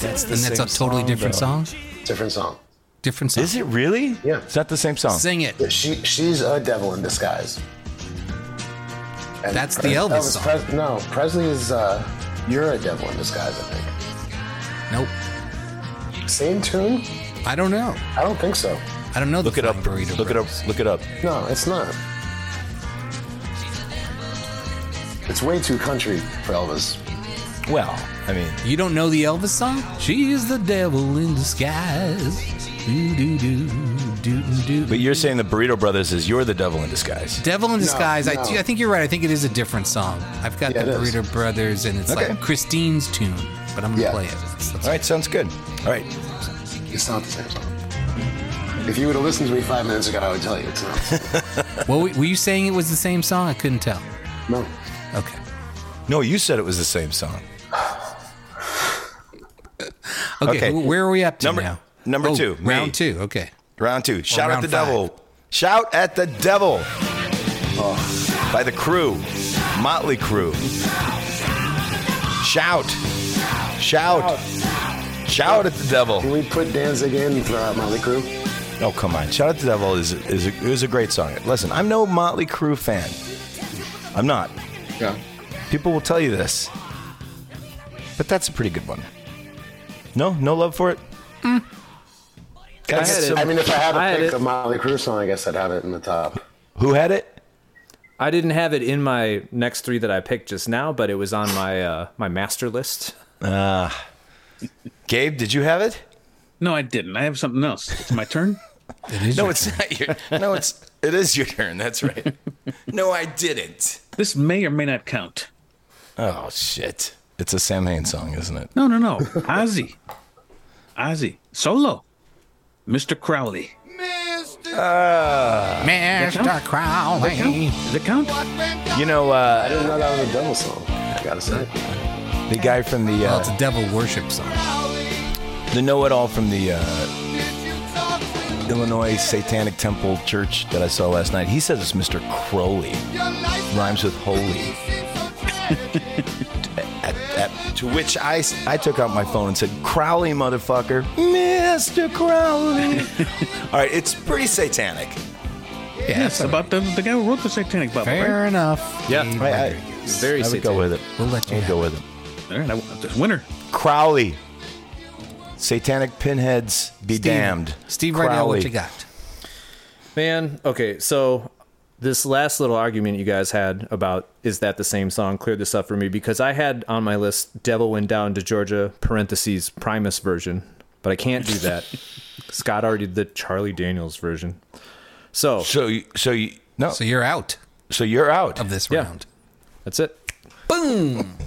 S5: That's the
S6: And that's
S5: same
S6: a totally different
S5: though.
S6: song.
S9: Different song.
S6: Different song.
S5: Is it really?
S9: Yeah.
S5: It's not the same song.
S6: Sing it.
S9: Yeah, She, she's a devil in disguise. And
S6: That's the Elvis song.
S9: Pres- no, Presley is, uh, you're a devil in disguise, I think.
S6: Nope.
S9: Same tune?
S6: I don't know.
S9: I don't think so.
S6: I don't know.
S5: Look
S6: the
S5: it up.
S6: Flying Burrito
S5: Look it up.
S6: Brothers.
S5: Look it up.
S9: No, it's not. It's way too country for Elvis.
S5: Well, I mean,
S6: You don't know the Elvis song? She's the devil in disguise. Do do do do do.
S5: but you're saying the Burrito Brothers is you're the devil in disguise.
S6: Devil in Disguise. I,
S9: no.
S6: do- I think you're right. I think it is a different song. I've got
S9: Yeah,
S6: the
S9: it is.
S6: Burrito Brothers, and it's
S5: Okay.
S6: like Christine's tune, but I'm gonna
S9: Yeah.
S6: play it. It's- it's-
S5: All right, sounds good. All right.
S9: It's not the same song. If you would have listened to me five minutes ago, I would tell you it's not.
S6: Well, were you saying it was the same song? I couldn't tell.
S9: no.
S6: Okay.
S5: No, you said it was the same song.
S6: Okay.
S5: Okay.
S6: wh- Where are we up to
S5: Number-
S6: now?
S5: number
S6: Oh,
S5: two, me.
S6: Round two. Okay.
S5: Oh, Round two. Shout
S6: round
S5: at the
S6: five.
S5: devil. Shout at the devil. Oh, By the crew. Motley crew. Shout. Shout. Shout at the devil.
S9: Can we put Danzig in for uh, Motley Crue?
S5: Oh come on! Shout out to Devil is is a, is a great song. Listen, I'm no Motley Crue fan. I'm not.
S9: Yeah.
S5: People will tell you this, but that's a pretty good one. No, no love for it. Gotta
S8: I
S5: get
S8: had it.
S5: some-
S9: I mean, if I had to
S8: I had
S9: pick
S8: it.
S9: a Motley Crue song, I guess I'd have it in the top.
S5: who had it?
S8: I didn't have it in my next three that I picked just now, but it was on my uh, my master list.
S5: Gabe, did you have it?
S7: No, I didn't. I have something else. It's my turn.
S6: It is
S5: No,
S6: your
S5: it's
S6: turn.
S5: not your. No, it's it is your turn. That's right. No, I didn't.
S7: This may or may not count.
S5: Oh shit! It's a Sam Hain song, isn't it?
S7: No, no, no. Ozzy. Ozzy. Solo. Mr. Crowley.
S5: Ah.
S6: Mr. Crowley.
S7: Does it count?
S5: You know, uh,
S9: I didn't know that was a devil song. I gotta say.
S5: the guy from the
S6: Well, it's
S5: uh,
S6: a devil worship song.
S5: the know-it-all from the uh, Illinois Satanic Temple Church that I saw last night. He says it's Mr. Crowley. Rhymes with holy. At, at, to which I, s- I took out my phone and said, Crowley, motherfucker. Mr. Crowley. All right, it's pretty satanic.
S7: Yes, about the, the guy who wrote the Satanic Bible. Right?
S6: Fair enough.
S8: Yeah.
S6: Dave
S5: I, I,
S6: Rodriguez.
S8: Very
S5: I would go
S8: satanic.
S5: with it.
S6: We'll let you
S5: I would
S6: have
S5: go with it.
S7: All right, I, this winner.
S5: Crowley. Satanic pinheads be
S6: Steve-
S5: damned.
S6: Steve, right now,
S5: Crowley.
S6: what you got?
S8: Man, okay, so this last little argument you guys had about is that the same song? Clear this up for me because I had on my list "Devil Went Down to Georgia" (parentheses Primus version), but I can't do that. Scott already did the Charlie Daniels version. So
S5: So, you- so you, no,
S6: So you're out
S5: so you're out.
S6: of this
S8: Yeah.
S6: round.
S8: that's it.
S6: Boom.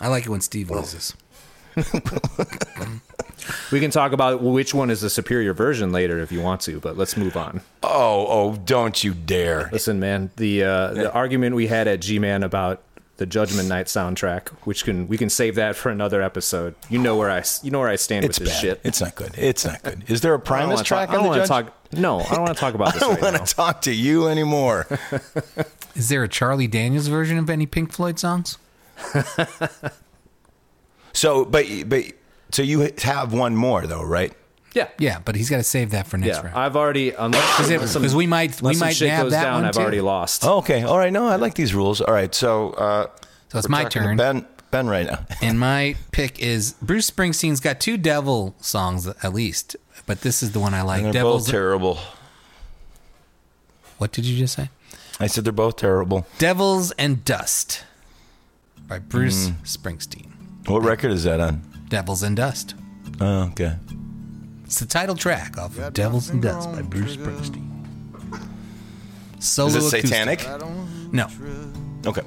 S6: I like it when Steve loses.
S8: We can talk about which one is the superior version later if you want to, but let's move on.
S5: Oh, oh, don't you dare.
S8: Listen, man, the uh, the argument we had at G Man about the Judgment Night soundtrack, which can we can save that for another episode. You know where I s- you know where I stand
S5: It's
S8: with this
S5: bad.
S8: shit.
S5: It's not good. It's not good. Is there a
S8: I don't
S5: Primus
S8: wanna
S5: track
S8: talk, I
S5: on
S8: don't
S5: the
S8: wanna
S5: judge?
S8: talk. No, I don't want to talk about
S5: I
S8: this
S5: don't
S8: right
S5: want
S8: now.
S5: to talk to you anymore.
S6: Is there a Charlie Daniels version of any Pink Floyd songs?
S5: So, but but so you have one more though, right?
S8: yeah,
S6: Yeah, but he's got to save that for next
S8: yeah.
S6: round.
S8: I've already unless unless some-
S6: Because we might we
S8: unless some
S6: might
S8: shit
S6: nab
S8: goes
S6: that
S8: down,
S6: one
S8: I've
S6: too.
S8: already lost.
S5: Oh, okay. All right. No, I like these rules. All right. So, uh,
S6: So it's
S5: we're
S6: my
S5: talking to
S6: turn.
S5: Ben Ben right now.
S6: And my pick is Bruce Springsteen's got two devil songs at least, but this is the one I like.
S5: They're
S6: Devil's
S5: both terrible.
S6: What did you just say?
S5: I said they're both terrible.
S6: Devils and Dust by Bruce Springsteen.
S5: What record is that on?
S6: Devils and Dust.
S5: Oh, okay.
S6: It's the title track off of Devils and Dust by Bruce Springsteen. Solo
S5: Is it
S6: acoustic.
S5: satanic?
S6: No.
S5: Okay.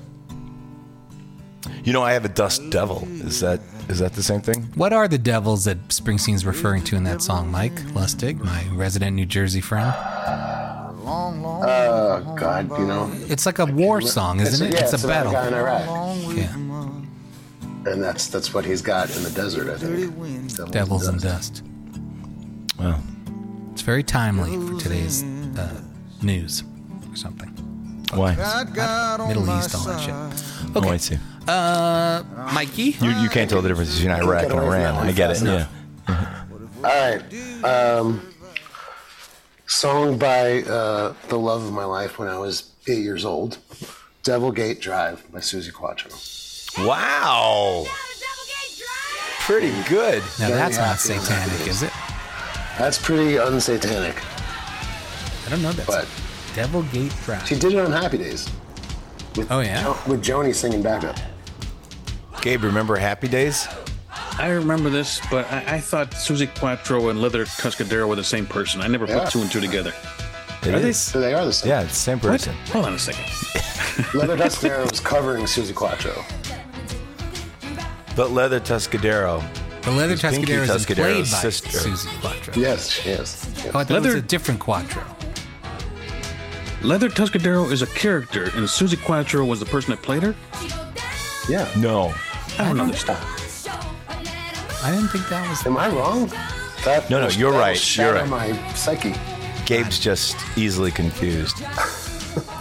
S5: You know, I have a dust devil. Is that is that the same thing?
S6: What are the devils that Springsteen's referring to in that song, Mike Lustig, my resident New Jersey friend?
S9: Oh God, you know.
S6: It's like a war song, isn't it?
S9: Yeah,
S6: it's, a battle.
S9: about guy in Iraq,
S6: Yeah,
S9: and that's that's what he's got in the desert. I think. Devil
S6: devils and dust.
S9: dust.
S5: Well,
S6: It's very timely for today's uh, news or something.
S5: why?
S6: Middle East, all that shit.
S5: Oh, I
S6: Okay,
S5: see.
S6: uh, Mikey.
S5: You, you can't tell the difference between Iraq
S9: Get
S5: and
S9: away from
S5: Iran.
S9: that one
S5: I get it.
S9: fast
S5: Yeah.
S9: enough. All right. Um, song by uh, the love of my life when I was eight years old. Devil Gate Drive by Susie Quattro.
S5: Wow. Pretty good.
S6: Now
S9: Very
S6: that's not
S9: happy on that
S6: satanic,
S9: news.
S6: is it?
S9: That's pretty unsatanic,
S6: I don't know that.
S9: but
S6: Devil Gate Drive.
S9: she did it on Happy Days. With
S6: Oh, yeah?
S9: Jo- with Joni singing backup.
S5: Gabe, remember Happy Days?
S7: I remember this, but I, I thought Susie Quattro and Leather Tuscadero were the same person. I never
S9: Yeah.
S7: put two and two together.
S5: It
S7: Are they-
S5: is.
S9: So they are the same.
S5: Yeah, it's the same person.
S7: Hold on a second.
S9: Leather Dustero was covering Susie Quattro.
S5: But Leather Tuscadero.
S6: The Leather
S5: Pinky
S6: Tuscadero is played by
S5: Tuscadero's sister.
S6: Susie Quattro.
S9: Yes, she is.
S6: Oh, I thought it was
S7: Leather-
S6: a different Quattro.
S7: Leather Tuscadero is a character, and Susie Quattro was the person that played her.
S9: Yeah.
S5: No.
S7: I don't understand.
S6: I didn't think that was.
S9: Am I wrong? That
S5: No, no, you're
S9: that
S5: right,
S9: will
S5: you're
S9: shatter
S5: right.
S9: My psyche.
S5: Gabe's just easily confused.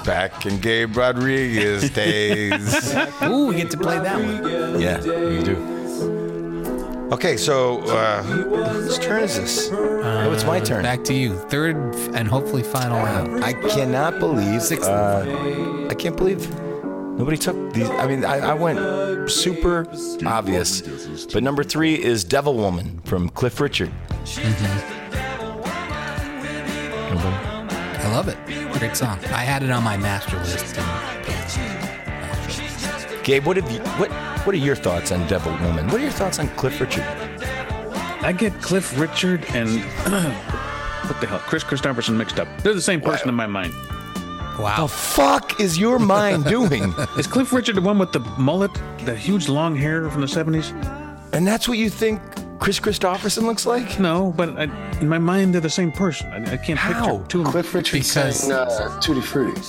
S5: Back in Gabe Rodriguez days.
S6: Ooh, we get to play that one.
S5: yeah, you do. Okay, so uh, whose turn is this? oh, it's my turn.
S6: Uh, Back to you. Third and hopefully final round.
S5: I cannot believe. Uh, I can't believe nobody took these. I mean, I, I went super obvious, but number three is Devil Woman from Cliff Richard. Mm-hmm. Nobody?
S6: I love it. Great song. I had it on my master list. And
S5: Gabe, what have you? What What are your thoughts on Devil Woman? What are your thoughts on Cliff Richard?
S7: I get Cliff Richard and what the hell, Chris Christopherson mixed up. They're the same person in my mind.
S5: The
S6: wow.
S5: fuck is your mind doing?
S7: Is Cliff Richard the one with the mullet, the huge long hair from the seventies?
S5: and that's what you think Chris Christopherson looks like?
S7: No, but I, in my mind they're the same person. I, I can't
S5: How?
S7: picture two of them.
S9: Cliff Richard
S6: Because-
S9: sang uh, Tutti Frutti.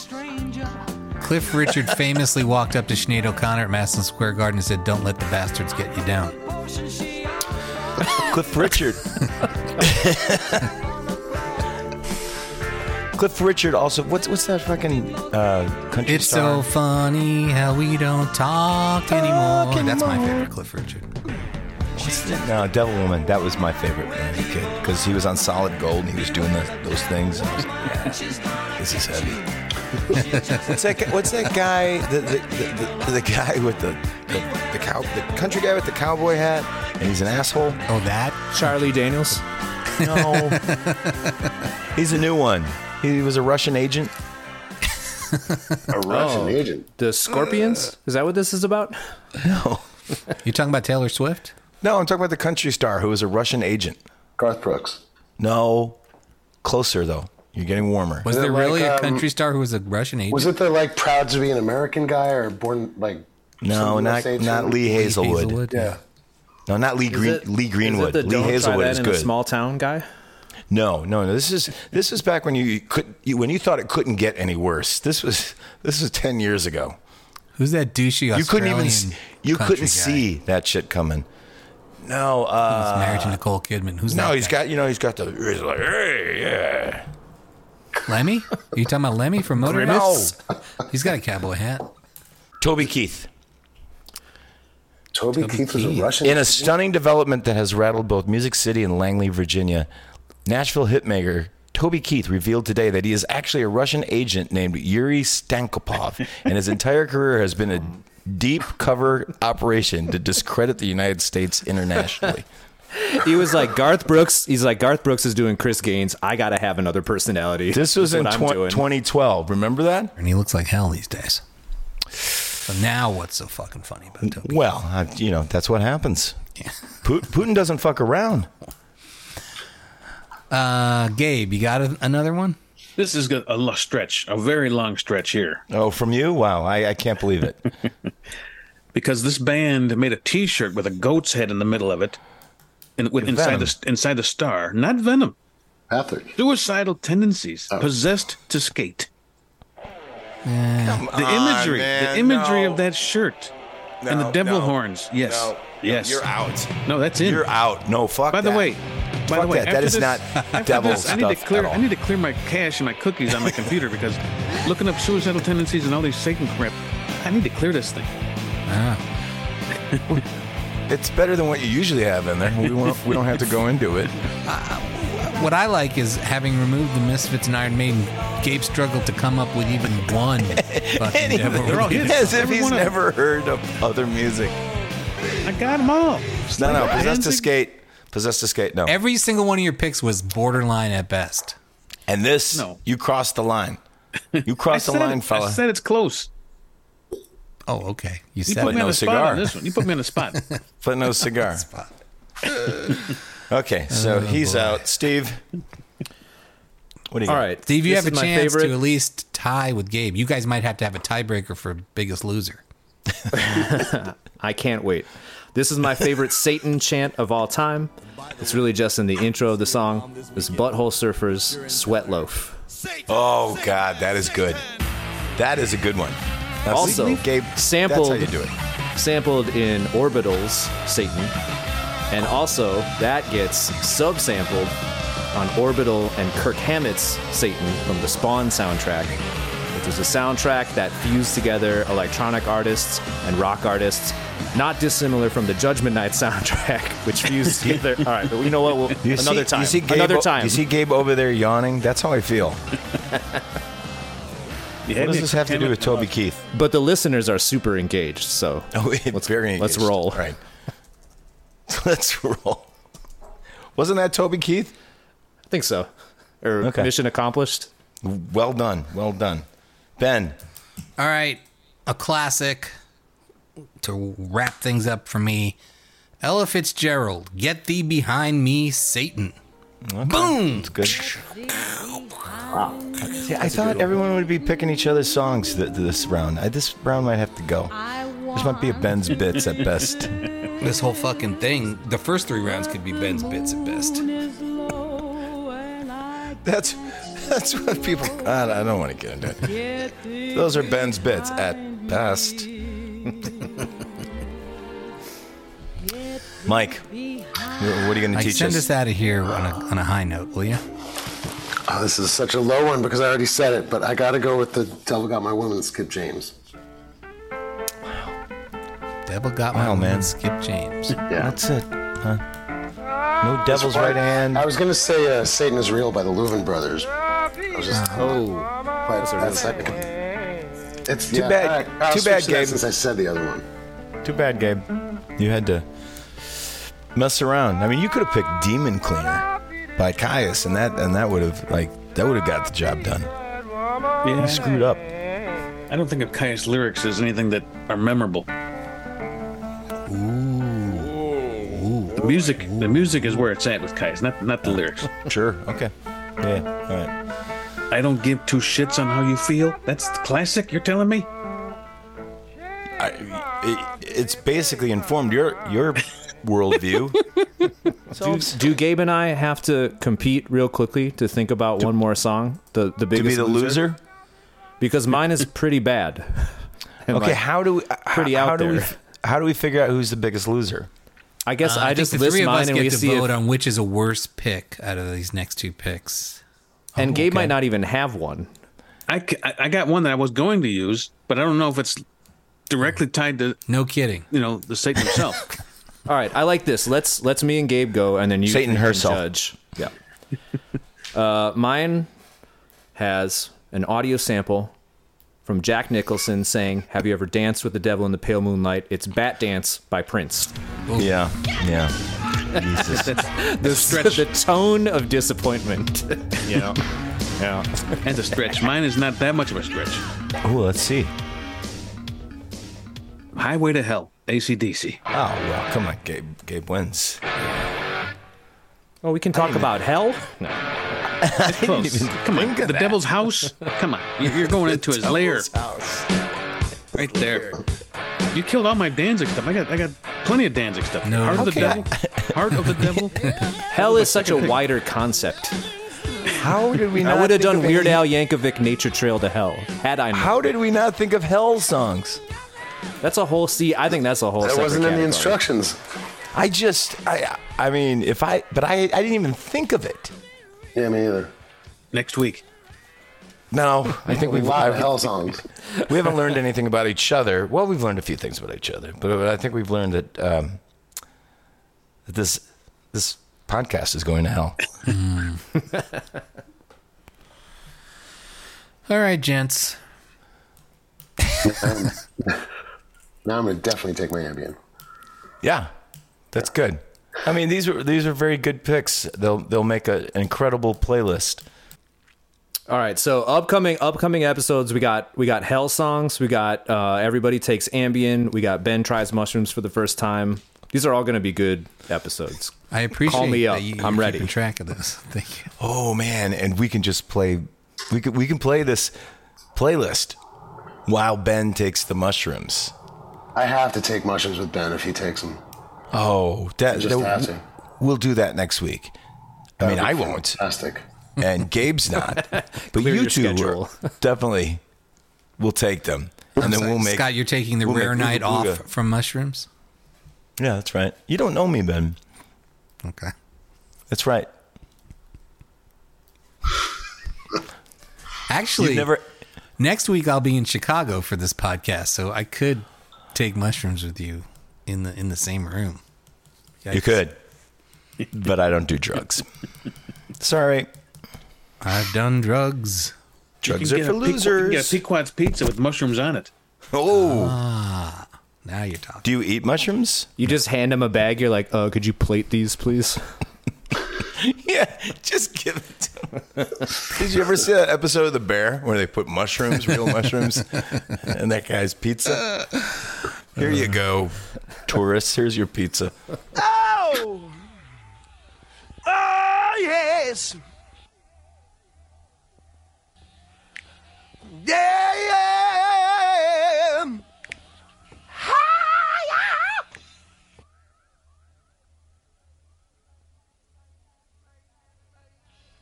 S6: Cliff Richard famously walked up to Sinead O'Connor at Madison Square Garden and said, Don't let the bastards get you down.
S5: Cliff Richard. Cliff Richard also. What's what's that fucking uh, country
S6: It's
S5: star?
S6: so funny how we don't talk anymore.
S5: Talk
S6: That's my
S5: anymore.
S6: favorite Cliff Richard.
S5: What's that? No, Devil Woman. That was my favorite when I was a kid because he was on Solid Gold and he was doing those, those things. And I was like, "Yeah, this is heavy. what's that? guy- What's that guy? The the, the, the, the guy with the the, the cow the country guy with the cowboy hat and he's an asshole.
S6: Oh, that?
S8: Charlie Daniels.
S5: No, he's a new one. He was a Russian agent.
S9: A Russian
S8: Oh.
S9: agent.
S8: The Scorpions? Is that what this is about?
S6: You're talking about Taylor Swift?
S5: No, I'm talking about the country star who was a Russian agent.
S9: Garth Brooks.
S5: No, closer though. You're getting warmer.
S6: Was
S9: Is it
S6: there really
S9: like, um,
S6: a country star who was a Russian agent?
S9: Was it the like proud to be an American guy or born like?
S5: No,
S9: some
S5: not
S9: US agent?
S5: not Lee Hazelwood.
S6: Hazelwood?
S9: Yeah.
S5: No, not Lee Green, Lee Greenwood. Lee Hazelwood is good.
S8: small town guy.
S5: no, no, no. This is this is back when you could you, when you thought it couldn't get any worse. This was this was ten years ago.
S6: Who's that douchey Australian
S5: you couldn't even s- you
S6: country
S5: couldn't
S6: guy?
S5: see that shit coming. No,
S6: He's
S5: uh,
S6: married to Nicole Kidman. Who's
S5: no,
S6: that
S5: he's
S6: guy?
S5: got you know he's got the he's like hey yeah
S6: Lemmy? Are you talking about Lemmy from Motorhead? No. He's got a cowboy hat.
S5: Toby Keith.
S9: Toby, Keith was
S6: Keith.
S9: a Russian.
S5: In a stunning development that has rattled both Music City and Langley, Virginia, Nashville hitmaker Toby Keith revealed today that he is actually a Russian agent named Yuri Stankopov, and his entire career has been a deep cover operation to discredit the United States internationally.
S8: He was like Garth Brooks. He's like Garth Brooks is doing Chris Gaines. I gotta have another personality.
S5: This was
S8: Is
S5: in
S8: what I'm
S5: twen-
S8: doing.
S5: 2012. Remember that?
S6: And he looks like hell these days. So now what's so fucking funny about Toby?
S5: Well, I, you know that's what happens. Pu- Putin doesn't fuck around.
S6: Uh, Gabe, you got a, another one?
S7: This is a, a lo- stretch, a very long stretch here.
S5: Oh, from you? Wow, I, I can't believe it.
S7: because this band made a T-shirt with a goat's head in the middle of it, and with inside the inside the star, not venom.
S9: Patrick.
S7: Suicidal tendencies,
S5: Oh.
S7: possessed to skate.
S6: Yeah.
S7: The imagery, the imagery of that shirt, and
S5: Ah,
S7: the
S5: No,
S7: devil
S5: no,
S7: horns. Yes,
S5: no, no,
S7: yes.
S5: You're out.
S7: No, that's it.
S5: You're out. No, fuck
S7: By the
S5: that.
S7: way, by
S5: Fuck
S7: the way,
S5: that. That
S7: after
S5: is
S7: this-
S5: not
S7: after
S5: devil
S7: this, I need to
S5: stuff
S7: clear.
S5: at all.
S7: I need to clear my cache and my cookies on my computer because looking up suicidal tendencies and all these Satan crap. I need to clear this thing.
S5: It's better than what you usually have in there. We, won't, we don't have to go into it.
S6: What I like is having removed the Misfits and Iron Maiden, Gabe struggled to come up with even one. fucking
S5: Any-
S6: devil related-
S5: As if
S7: Every
S5: he's
S7: one of them.
S5: never heard of other music.
S7: I got them all.
S5: No, no. Possessed to
S7: Danzig-
S5: skate. Possessed to skate. No.
S6: Every single one of your picks was borderline at best.
S5: And this,
S7: No.
S5: you crossed the line. You
S7: I
S5: crossed the
S7: said
S5: line,
S7: it- I
S5: fella.
S7: said it's close.
S6: Oh, okay. You
S7: You
S6: said
S7: put
S5: but
S7: me on
S5: no
S7: the spot
S5: cigar.
S7: on this one. You put me on the spot.
S5: but no cigar.
S6: spot.
S5: Okay, so he's
S6: boy.
S5: out. Steve, what do you
S8: All
S5: got?
S8: right,
S6: Steve, you
S8: this
S6: have
S8: is
S6: a
S8: my
S6: chance
S8: favorite.
S6: to at least tie with Gabe. You guys might have to have a tiebreaker for biggest loser.
S8: I can't wait. This is my favorite Satan chant of all time. It's really just in the intro of the song. This Butthole Surfers Sweat Loaf.
S5: Oh God, that is good. That is a good one. Now,
S8: Also,
S5: see, Gabe,
S8: sampled-
S5: That's how you do it.
S8: Sampled in Orbital's Satan. And also, that gets subsampled on Orbital and Kirk Hammett's Satan from the Spawn soundtrack, which was a soundtrack that fused together electronic artists and rock artists, not dissimilar from the Judgment Night soundtrack, which fused together. All right, but you know what? We'll,
S5: You
S8: another
S5: see,
S8: time.
S5: You see Gabe,
S8: another time.
S5: You see Gabe over there yawning. That's how I feel. What does this have to do with Toby Keith?
S8: But the listeners are super engaged, so
S5: Oh, it's
S8: let's,
S5: very.
S8: let's
S5: engaged.
S8: roll.
S5: All right. Let's roll. Wasn't that Toby Keith?
S8: I think so. Or
S5: Okay.
S8: mission accomplished.
S5: Well done. Well done. Ben,
S6: All right, a classic to wrap things up for me. Ella Fitzgerald, get thee behind me, Satan. Boom!
S5: it's good. See, I thought everyone would be picking each other's songs th- this round. I, this round might have to go. This might be a Ben's bits at best.
S6: This whole fucking thing, the first three rounds could be Ben's bits at best.
S5: That's that's what people. I, I don't want to get into it. Those are Ben's bits at best. Mike, wh- what are you going to
S6: Like,
S5: teach
S6: send us
S5: us?
S6: out of here on a, on a high note, will you?
S9: Oh, this is such a low one because I already said it, but I got to go with the Devil Got My Woman, Skip James.
S6: Devil got my
S5: Wow,
S6: woman,
S5: man.
S6: Skip James.
S9: Yeah.
S5: That's it. Huh? No devil's right hand.
S9: I was going to say uh, Satan is Real by the Leuven Brothers. I was just.
S8: Oh,
S9: but that's like- It's
S5: Too
S9: yeah,
S5: bad-
S9: all I'll
S5: too
S9: switch
S5: bad,
S9: to that
S5: Gabe.
S9: Since I said the other one.
S5: Too bad, Gabe. You had to mess around. I mean, you could have picked Demon Cleaner by Caius, and that and that would have like that would have got the job done. You
S7: Yeah,
S5: screwed up.
S7: I don't think of Caius' lyrics as anything that are memorable. Ooh. The music, the music is where it's at with Caius, not not the lyrics.
S5: Sure. Okay. Yeah. All right.
S7: I don't give two shits on how you feel. That's the classic. You're telling me?
S5: I, it, it's basically informed your your worldview.
S8: do, do Gabe and I have to compete real quickly to think about one more song? The the
S5: to
S8: biggest
S5: be the loser.
S8: because mine is pretty bad. And,
S5: Okay.
S8: like,
S5: how do we?
S8: pretty
S5: how,
S8: out
S5: how do we?
S8: there.
S5: How do we figure out who's the biggest loser?
S8: I guess
S6: Uh,
S8: I,
S6: think
S8: just
S6: the
S8: list
S6: three of
S8: mine
S6: us
S8: and
S6: get
S8: we
S6: to
S8: see
S6: vote
S8: if,
S6: on which is a worse pick out of these next two picks.
S8: and Gabe
S6: okay.
S8: might not even have one.
S7: I, c- I- I got one that I was going to use, but I don't know if it's directly tied to
S6: No kidding.
S7: you know the Satan himself.
S8: All right, I like this. Let's let's me and Gabe go, and then you
S5: Satan
S8: can
S5: herself.
S8: judge. Yeah. uh, mine has an audio sample from Jack Nicholson saying, "Have you ever danced with the devil in the pale moonlight?" It's "Bat Dance" by Prince.
S5: Yeah. Yeah. Jesus.
S8: The, the tone of disappointment. you know. Yeah.
S7: That's a stretch. Mine is not that much of a stretch.
S5: Oh, let's see.
S7: Highway to Hell, ACDC.
S5: Oh well, come on, Gabe. Gabe wins.
S8: Oh, we can talk about hell. No.
S7: It's close. Come on, the Devil's House. Come on, You- you're going into his lair
S5: House.
S7: right there. You killed all my Danzig stuff. I got I got plenty of Danzig stuff.
S6: No.
S7: Heart of the
S6: Okay.
S7: Devil. Heart of the Devil.
S8: Hell is such a wider concept.
S5: How did we not?
S8: I would have
S5: think
S8: done
S5: of
S8: Weird
S5: any-
S8: Al Yankovic Nature Trail to Hell had I known.
S5: How did we not think of Hell songs?
S8: That's a whole. See, I think that's a whole.
S9: That
S8: separate
S9: wasn't in the
S8: category.
S9: instructions.
S5: I just, I, I mean, if I, but I, I didn't even think of it.
S9: Yeah, me either.
S7: Next week.
S5: No, I think
S9: We
S5: we've
S9: live hell songs.
S5: we haven't learned anything about each other. Well, we've learned a few things about each other, but I think we've learned that um, that this this podcast is going to hell.
S6: All right, gents.
S9: Now I'm gonna definitely take my Ambien.
S5: Yeah, that's good. I mean, these are these are very good picks. They'll they'll make a, an incredible playlist.
S8: All right, so upcoming upcoming episodes, we got we got Hell songs, we got uh, Everybody Takes Ambien, we got Ben tries mushrooms for the first time. These are all going to be good episodes.
S6: I appreciate
S8: Call me
S6: that
S8: up.
S6: you-
S8: I'm
S6: you're
S8: ready.
S6: keeping track of this. Thank you.
S5: Oh man, and we can just play. We can we can play this playlist while Ben takes the mushrooms.
S9: I have to take mushrooms with Ben if he takes them.
S5: Oh, that, Uh,
S9: Just
S5: that-
S9: have to.
S5: we'll do that next week. I mean, I won't.
S9: Fantastic.
S5: and Gabe's not. But
S8: Clear
S5: you
S8: your
S5: two
S8: schedule.
S5: are- definitely will take them, and then we'll make.
S6: Scott, you're taking the
S5: we'll make
S6: rare
S5: Ooga
S6: night off
S5: Booga.
S6: from mushrooms.
S5: Yeah, that's right. You don't know me, Ben.
S6: Okay.
S5: That's right.
S6: Actually,
S5: You've never.
S6: next week I'll be in Chicago for this podcast, so I could take mushrooms with you in the in the same room.
S5: You could, but I don't do drugs. Sorry,
S6: I've done drugs.
S5: drugs are
S7: You can
S5: for
S7: get a Pequ- You
S5: losers.
S7: can get a Pequot's pizza with mushrooms on it.
S5: oh,
S6: Now you're talking.
S5: do you eat mushrooms?
S8: You just hand him a bag. You're like, uh, could you plate these, please?
S5: Yeah, just give it to them. Did you ever see that episode of The Bear where they put mushrooms, real mushrooms, in that guy's pizza? Here you go, tourists. Here's your pizza.
S10: Oh! Oh, yes! Yeah, yeah! Hi-ya!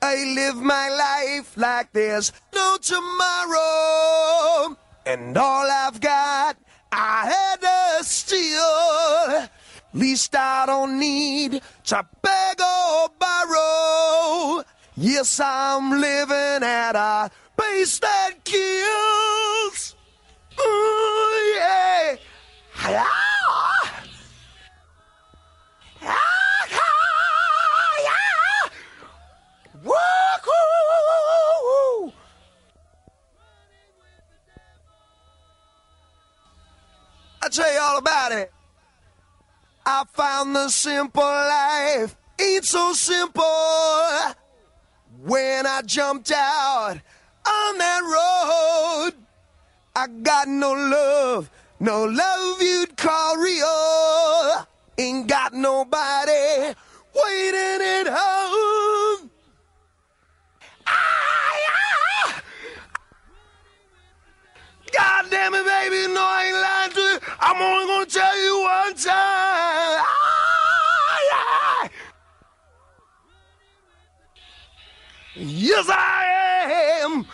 S10: I live my life like there's no tomorrow. And all I've got, I had to steal. Least I don't need to beg or borrow. Yes, I'm living at a pace that kills. Ooh, yeah. Hi-ya! Hi-ya! Woo-hoo! I'll tell you all about it. I found the simple life ain't so simple when I jumped out on that road. I got no love, no love you'd call real. Ain't got nobody waiting at home. God damn it, baby, no, I ain't lying to you. I'm only gonna tell you one time. Ah, yeah. Yes, I am.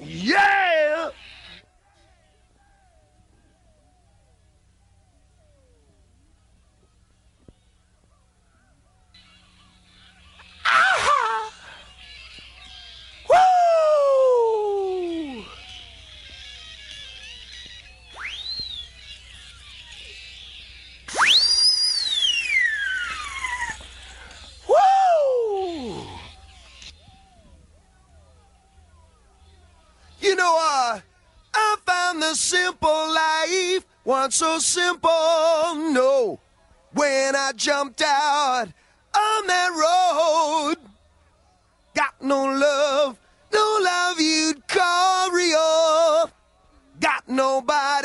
S10: Yeah. Ah-ha. Woo! Woo! You know, uh, I found the simple life wasn't so simple, no. When I jumped out on that road, got no love, no love you'd call real. Got nobody